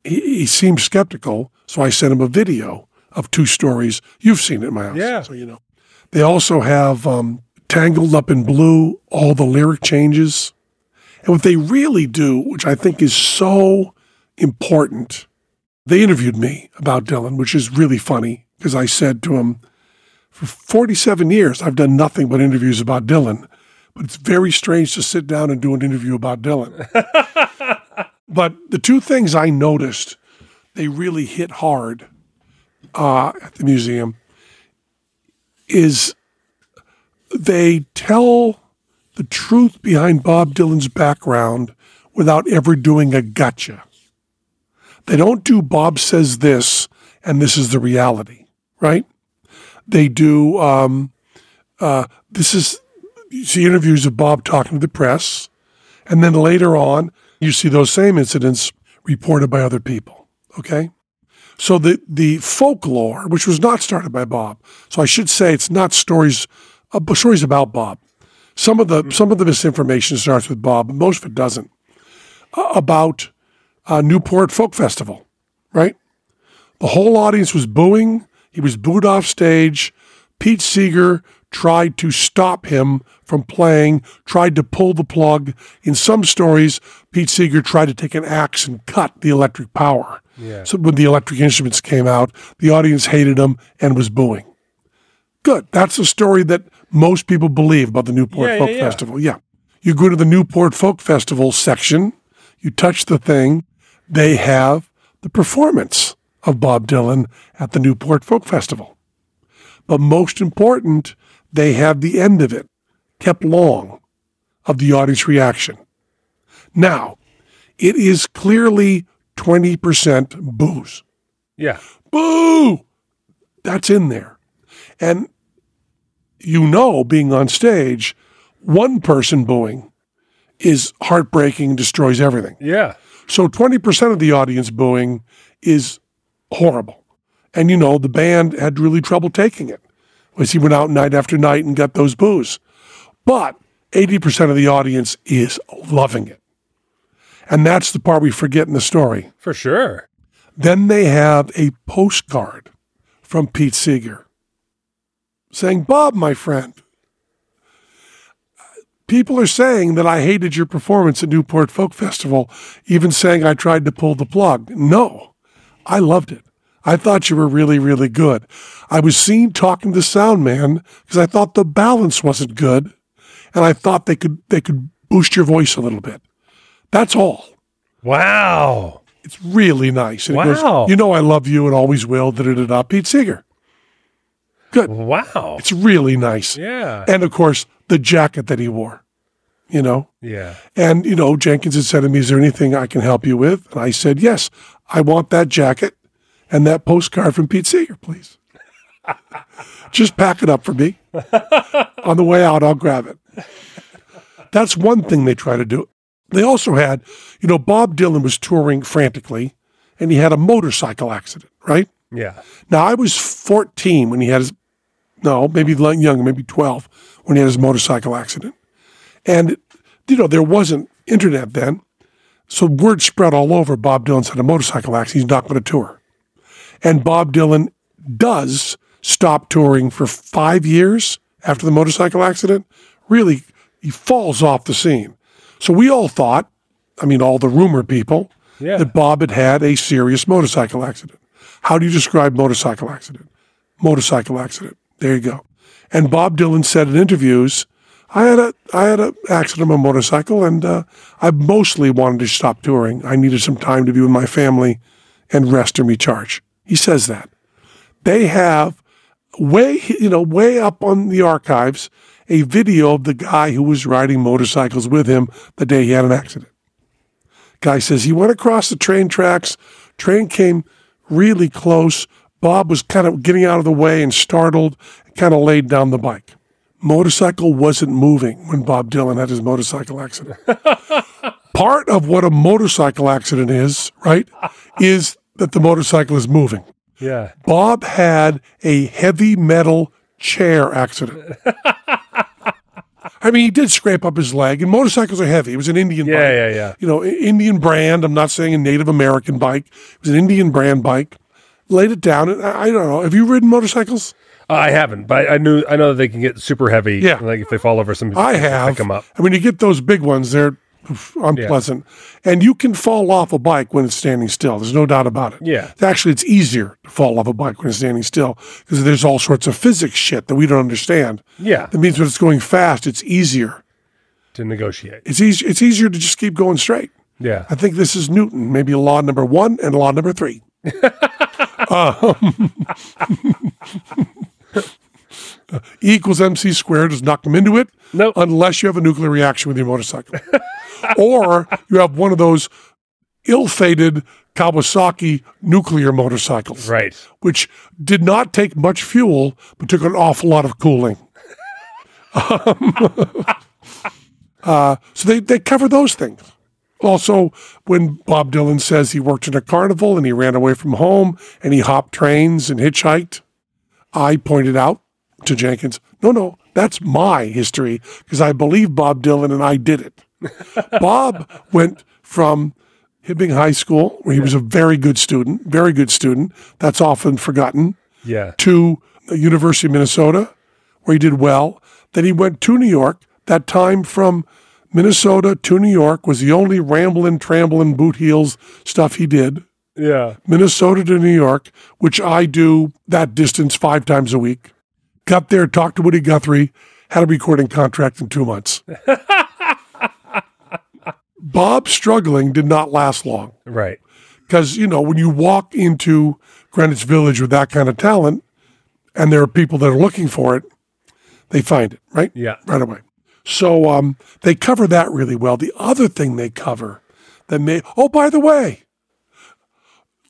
Speaker 3: He, he seemed skeptical. So I sent him a video of two stories. You've seen it in my house.
Speaker 1: Yeah.
Speaker 3: So you know. They also have um, Tangled Up in Blue, all the lyric changes. And what they really do, which I think is so important, they interviewed me about Dylan, which is really funny because I said to him, for 47 years, I've done nothing but interviews about Dylan, but it's very strange to sit down and do an interview about Dylan. but the two things I noticed they really hit hard uh, at the museum is they tell the truth behind Bob Dylan's background without ever doing a gotcha. They don't do Bob says this and this is the reality, right? They do. Um, uh, this is you see interviews of Bob talking to the press, and then later on you see those same incidents reported by other people. Okay, so the the folklore, which was not started by Bob, so I should say it's not stories, uh, but stories about Bob. Some of the some of the misinformation starts with Bob, but most of it doesn't. Uh, about uh, Newport Folk Festival, right? The whole audience was booing. He was booed off stage. Pete Seeger tried to stop him from playing, tried to pull the plug. In some stories, Pete Seeger tried to take an axe and cut the electric power. So when the electric instruments came out, the audience hated him and was booing. Good. That's a story that most people believe about the Newport
Speaker 1: Yeah,
Speaker 3: Folk
Speaker 1: yeah, yeah.
Speaker 3: Festival. Yeah. You go to the Newport Folk Festival section, you touch the thing, they have the performance of Bob Dylan at the Newport Folk Festival. But most important, they have the end of it kept long of the audience reaction. Now, it is clearly 20% booze.
Speaker 1: Yeah.
Speaker 3: Boo! That's in there. And you know, being on stage, one person booing is heartbreaking, destroys everything.
Speaker 1: Yeah.
Speaker 3: So 20% of the audience booing is horrible. And you know, the band had really trouble taking it. As he went out night after night and got those boos. But 80% of the audience is loving it. And that's the part we forget in the story.
Speaker 1: For sure.
Speaker 3: Then they have a postcard from Pete Seeger saying, Bob, my friend, people are saying that I hated your performance at Newport Folk Festival, even saying I tried to pull the plug. No, I loved it. I thought you were really, really good. I was seen talking to the sound man because I thought the balance wasn't good, and I thought they could they could boost your voice a little bit. That's all
Speaker 1: Wow.
Speaker 3: it's really nice. And it
Speaker 1: Wow.
Speaker 3: goes, you know, I love you and always will. Da, da, da, da, Pete Seeger. Good.
Speaker 1: Wow.
Speaker 3: It's really nice.
Speaker 1: Yeah.
Speaker 3: And of course, the jacket that he wore, you know.
Speaker 1: Yeah.
Speaker 3: And, you know, Jenkins had said to me, Is there anything I can help you with? And I said, Yes, I want that jacket and that postcard from Pete Seeger, please. Just pack it up for me. On the way out, I'll grab it. That's one thing they try to do. They also had, you know, Bob Dylan was touring frantically and he had a motorcycle accident, right?
Speaker 1: Yeah.
Speaker 3: Now I was 14 when he had his, no, maybe li- young, maybe 12 when he had his motorcycle accident, and you know there wasn't internet then, so word spread all over. Bob Dylan's had a motorcycle accident. He's not going to tour, and Bob Dylan does stop touring for five years after the motorcycle accident. Really, he falls off the scene. So we all thought, I mean, all the rumor people,
Speaker 1: Yeah.
Speaker 3: that Bob had had a serious motorcycle accident. How do you describe motorcycle accident? Motorcycle accident. There you go. And Bob Dylan said in interviews, I had a I had an accident on my motorcycle, and uh, I mostly wanted to stop touring. I needed some time to be with my family and rest and recharge. He says that they have way you know way up on the archives a video of the guy who was riding motorcycles with him the day he had an accident guy says he went across the train tracks train came really close bob was kind of getting out of the way and startled kind of laid down the bike motorcycle wasn't moving when bob dylan had his motorcycle accident part of what a motorcycle accident is right is that the motorcycle is moving
Speaker 1: Yeah.
Speaker 3: Bob had a heavy metal chair accident. I mean, he did scrape up his leg, and motorcycles are heavy. It was an Indian
Speaker 1: Yeah,
Speaker 3: bike.
Speaker 1: yeah, yeah.
Speaker 3: You know, I- Indian brand. I'm not saying a Native American bike. It was an Indian brand bike. Laid it down. And I, I don't know. Have you ridden motorcycles?
Speaker 1: Uh, I haven't, but I knew I know that they can get super heavy.
Speaker 3: Yeah.
Speaker 1: Like if they fall over, some
Speaker 3: I
Speaker 1: people can
Speaker 3: have.
Speaker 1: pick them up.
Speaker 3: I mean, you get those big ones. They're oof, unpleasant, and you can fall off a bike when it's standing still. There's no doubt about it.
Speaker 1: Yeah.
Speaker 3: actually, it's easier to fall off a bike when it's standing still because there's all sorts of physics shit that we don't understand.
Speaker 1: Yeah.
Speaker 3: That means when it's going fast, it's easier.
Speaker 1: To negotiate.
Speaker 3: It's easy. It's easier to just keep going straight.
Speaker 1: Yeah.
Speaker 3: I think this is Newton, maybe law number one and law number three. Um, E equals MC squared is knock them into it.
Speaker 1: Nope.
Speaker 3: Unless you have a nuclear reaction with your motorcycle. or you have one of those ill fated Kawasaki nuclear motorcycles,
Speaker 1: Right.
Speaker 3: which did not take much fuel, but took an awful lot of cooling. Um, uh, So they, they cover those things. Also, when Bob Dylan says he worked in a carnival and he ran away from home and he hopped trains and hitchhiked, I pointed out to Jenkins, no, no, that's my history because I believe Bob Dylan and I did it. Bob went from Hibbing High School, where he was a very good student, very good student. That's often forgotten
Speaker 1: Yeah.
Speaker 3: to the University of Minnesota, where he did well. Then he went to New York. That time from Minnesota to New York was the only rambling, trambling, boot heels stuff he did.
Speaker 1: Yeah.
Speaker 3: Minnesota to New York, which I do that distance five times a week. Got there, talked to Woody Guthrie, had a recording contract in two months. Bob struggling did not last long
Speaker 1: Right.
Speaker 3: because you know when you walk into Greenwich Village with that kind of talent, and there are people that are looking for it, they find it right,
Speaker 1: Yeah.
Speaker 3: right away. So um, they cover that really well. The other thing they cover that may oh by the way,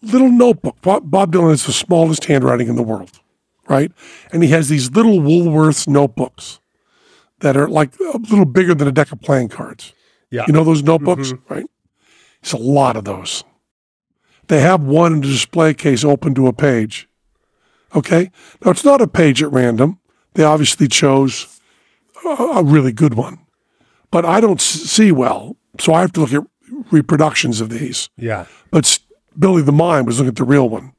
Speaker 3: little notebook. Bob, Bob Dylan has the smallest handwriting in the world, right? And he has these little Woolworths notebooks that are like a little bigger than a deck of playing cards.
Speaker 1: Yeah.
Speaker 3: You know those notebooks, right? It's a lot of those. They have one in the display case open to a page. Okay? Now, it's not a page at random. They obviously chose a, a really good one, but I don't s- see well. So I have to look at reproductions of these.
Speaker 1: Yeah.
Speaker 3: But s- Billy the Mime was looking at the real one.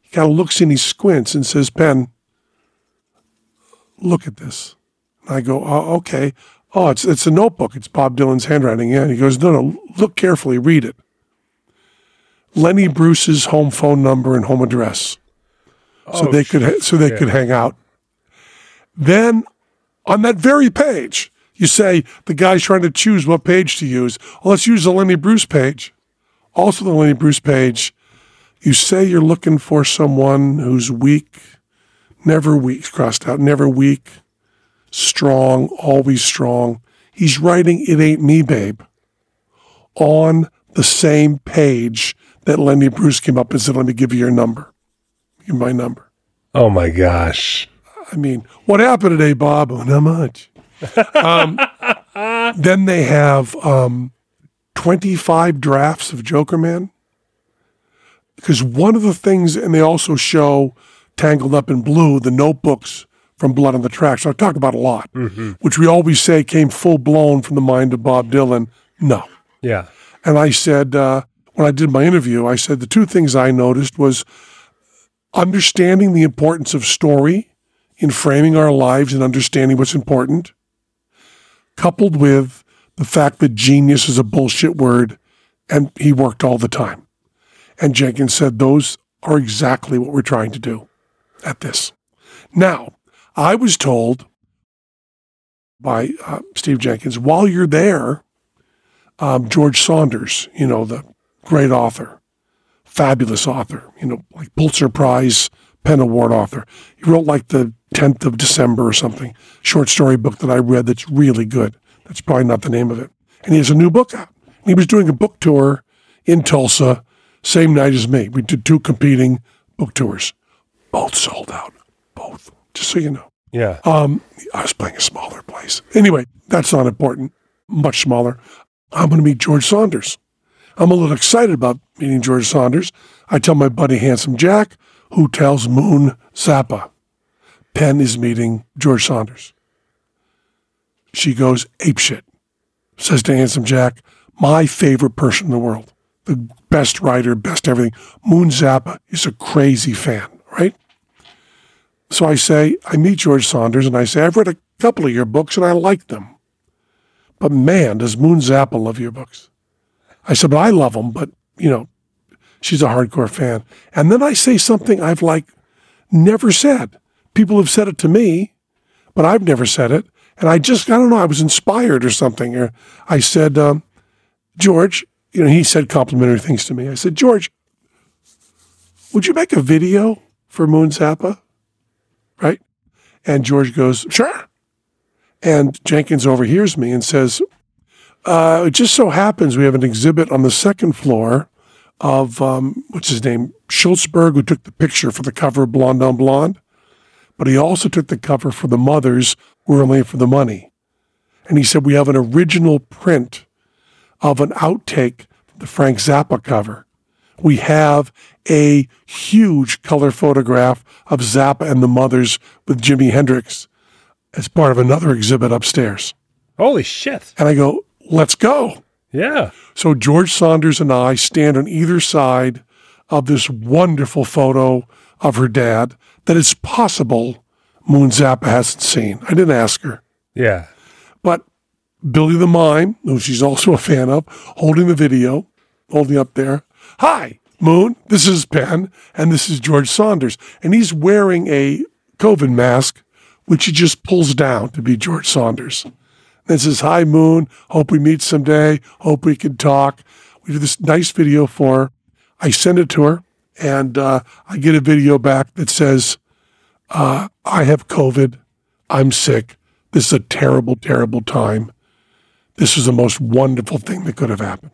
Speaker 3: He kind of looks and he squints and says, Pen, look at this. And I go, oh, okay. Oh, it's, it's a notebook. It's Bob Dylan's handwriting. Yeah. And he goes, no, no, look carefully, read it. Lenny Bruce's home phone number and home address. So
Speaker 1: Oh,
Speaker 3: they could, ha- so they could hang out. Then on that very page, you say the guy's trying to choose what page to use. Well, let's use the Lenny Bruce page. Also, the Lenny Bruce page, you say you're looking for someone who's weak, never weak, crossed out, never weak, strong, always strong. He's writing It Ain't Me, Babe on the same page that Lenny Bruce came up and said, Let me give you your number. Give me my number.
Speaker 1: Oh my gosh.
Speaker 3: I mean, what happened today, Bob? Oh, not much. Um, then they have um, 25 drafts of Joker Man. Because one of the things, and they also show Tangled Up in Blue, the notebooks from Blood on the Tracks, I talk about a lot, which we always say came full blown from the mind of Bob Dylan. No.
Speaker 1: Yeah.
Speaker 3: And I said, uh, when I did my interview, I said the two things I noticed was understanding the importance of story in framing our lives and understanding what's important, coupled with the fact that genius is a bullshit word and he worked all the time. And Jenkins said, those are exactly what we're trying to do at this. Now, I was told by uh, Steve Jenkins, while you're there, um, George Saunders, you know, the great author, fabulous author, you know, like Pulitzer Prize Penn Award author. He wrote like the 10th of December or something, short story book that I read that's really good. That's probably not the name of it. And he has a new book out. And he was doing a book tour in Tulsa, same night as me. We did two competing book tours, both sold out, both, just so you know.
Speaker 1: Yeah.
Speaker 3: Um, I was playing a smaller place. Anyway, that's not important. Much smaller. I'm going to meet George Saunders. I'm a little excited about meeting George Saunders. I tell my buddy Handsome Jack, who tells Moon Zappa, Penn is meeting George Saunders. She goes apeshit, says to Handsome Jack, my favorite person in the world, the best writer, best everything. Moon Zappa is a crazy fan, right? So I say, I meet George Saunders and I say, I've read a couple of your books and I like them. But man, does Moon Zappa love your books? I said, but I love them, but you know, she's a hardcore fan. And then I say something I've like never said. People have said it to me, but I've never said it. And I just, I don't know, I was inspired or something. Or I said, um, George, you know, he said complimentary things to me. I said, George, would you make a video for Moon Zappa? right? And George goes, sure. And Jenkins overhears me and says, uh, it just so happens we have an exhibit on the second floor of, um, what's his name, Schultzberg, who took the picture for the cover of Blonde on Blonde. But he also took the cover for the Mothers, We're Only in for the Money. And he said, we have an original print of an outtake from the Frank Zappa cover we have a huge color photograph of Zappa and the Mothers with Jimi Hendrix as part of another exhibit upstairs.
Speaker 1: Holy shit.
Speaker 3: And I go, let's go.
Speaker 1: Yeah.
Speaker 3: So George Saunders and I stand on either side of this wonderful photo of her dad that it's possible Moon Zappa hasn't seen. I didn't ask her.
Speaker 1: Yeah.
Speaker 3: But Billy the Mime, who she's also a fan of, holding the video, holding up there. Hi, Moon. This is Penn, and this is George Saunders. And he's wearing a COVID mask, which he just pulls down to be George Saunders. And says, Hi, Moon. Hope we meet someday. Hope we can talk. We did this nice video for her. I send it to her, and uh, I get a video back that says, I have COVID. I'm sick. This is a terrible, terrible time. This is the most wonderful thing that could have happened.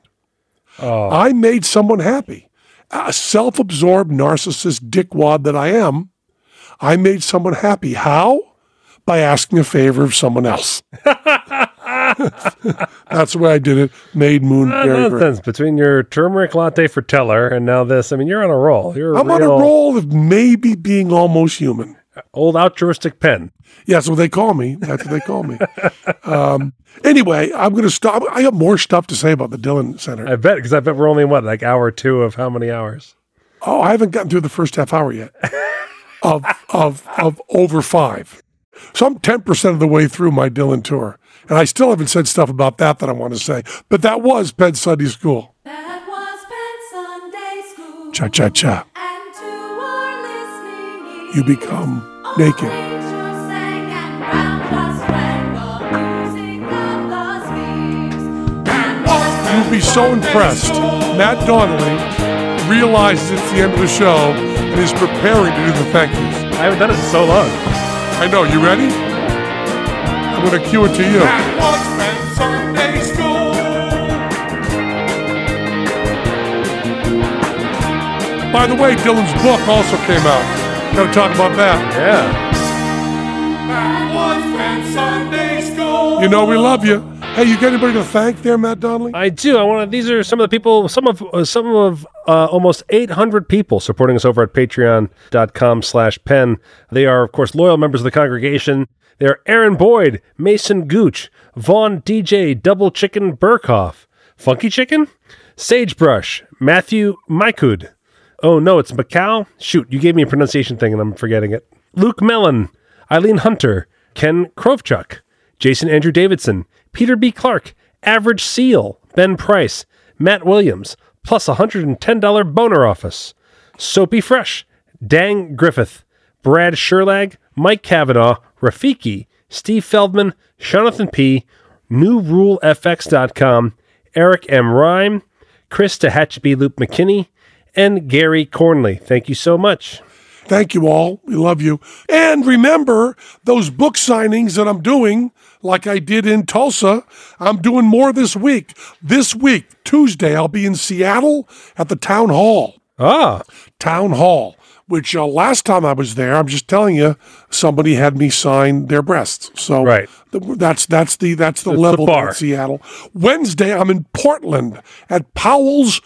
Speaker 3: I made someone happy. A self absorbed narcissist dickwad that I am, I made someone happy. How? By asking a favor of someone else. That's the way I did it. Made Moon very, very
Speaker 1: Uh, Nonsense. Between your turmeric latte for Teller and now this, I mean, you're on a roll. You're a
Speaker 3: I'm on a
Speaker 1: real
Speaker 3: roll of maybe being almost human.
Speaker 1: Old altruistic pen.
Speaker 3: Yeah, that's what they call me. That's what they call me. um, anyway, I'm going to stop. I have more stuff to say about the Dillon Center.
Speaker 1: I bet, because I bet we're only what, like hour two of how many hours?
Speaker 3: oh, I haven't gotten through the first half hour yet of of of over five. So I'm 10% of the way through my Dylan tour. And I still haven't said stuff about that that I want to say. But that was Penn Sunday School.
Speaker 2: That was Penn Sunday School.
Speaker 3: Cha cha cha.
Speaker 2: And to our listening
Speaker 3: You become naked.
Speaker 2: angels sang and round us rang the music of the spheres. And was
Speaker 3: You'll be so impressed. Matt Donnelly realizes it's the end of the show and is preparing to do the thank yous.
Speaker 1: I haven't done it in so long.
Speaker 3: I know, you ready? I'm going to cue it to you. By the way, Dylan's book also came out. Got to talk about that.
Speaker 1: Yeah.
Speaker 3: You know, we love you. Hey, you got anybody to thank there, Matt Donnelly?
Speaker 1: I do. I want to. These are some of the people. Some of uh, some of uh, almost 800 people supporting us over at Patreon.com/pen. They are, of course, loyal members of the congregation. They are Aaron Boyd, Mason Gooch, Vaughn DJ, Double Chicken Burkhoff, Funky Chicken, Sagebrush, Matthew Mykud. Oh no, it's Macau. Shoot, you gave me a pronunciation thing and I'm forgetting it. Luke Mellon, Eileen Hunter, Ken Krovchuk, Jason Andrew Davidson, Peter B. Clark, Average Seal, Ben Price, Matt Williams, plus a $110 boner office, Soapy Fresh, Dang Griffith, Brad Sherlag, Mike Kavanaugh, Rafiki, Steve Feldman, Jonathan P., NewRuleFX.com, Eric M. Rhyme, Chris Tehachapi Loop McKinney, and Gary Cornley. Thank you so much.
Speaker 3: Thank you all. We love you. And remember those book signings that I'm doing, like I did in Tulsa. I'm doing more this week. This week, Tuesday, I'll be in Seattle at the town hall.
Speaker 1: Ah,
Speaker 3: Town hall, which uh, last time I was there, I'm just telling you, somebody had me sign their breasts. So
Speaker 1: Right.
Speaker 3: th- that's that's the that's the level
Speaker 1: bar.
Speaker 3: in Seattle. Wednesday, I'm in Portland at Powell's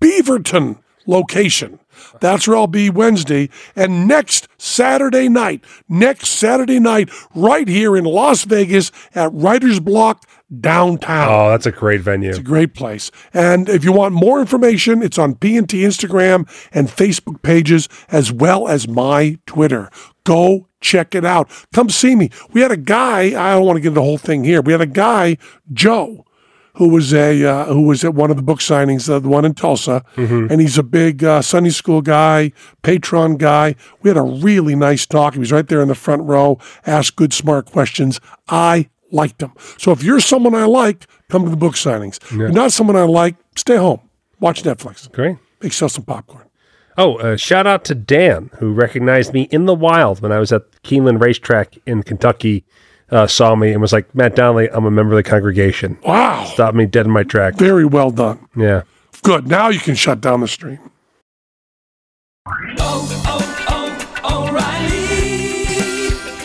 Speaker 3: Beaverton location. That's where I'll be Wednesday. And next Saturday night, next Saturday night, right here in Las Vegas at Writer's Block downtown
Speaker 1: oh, that's a great venue.
Speaker 3: great place. And if you want more information, it's on P&T Instagram and Facebook pages, as well as my Twitter. Go check it out. Come see me. We had a guy. I don't want to get the whole thing here. We had a guy, Joe, who was a uh, who was at one of the book signings, uh, the one in Tulsa, and he's a big uh, Sunday school guy, patron guy. We had a really nice talk. He was right there in the front row, asked good, smart questions. I liked him. So if you're someone I like, come to the book signings. If you're not someone I like, stay home, watch Netflix,
Speaker 1: Great.
Speaker 3: make yourself some popcorn.
Speaker 1: Oh, uh, shout out to Dan, who recognized me in the wild when I was at Keeneland Racetrack in Kentucky, uh, saw me and was like, Matt Donnelly, I'm a member of the congregation.
Speaker 3: Wow,
Speaker 1: Stopped me dead in my track.
Speaker 3: very well done.
Speaker 1: Yeah.
Speaker 3: Good. Now you can shut down the stream.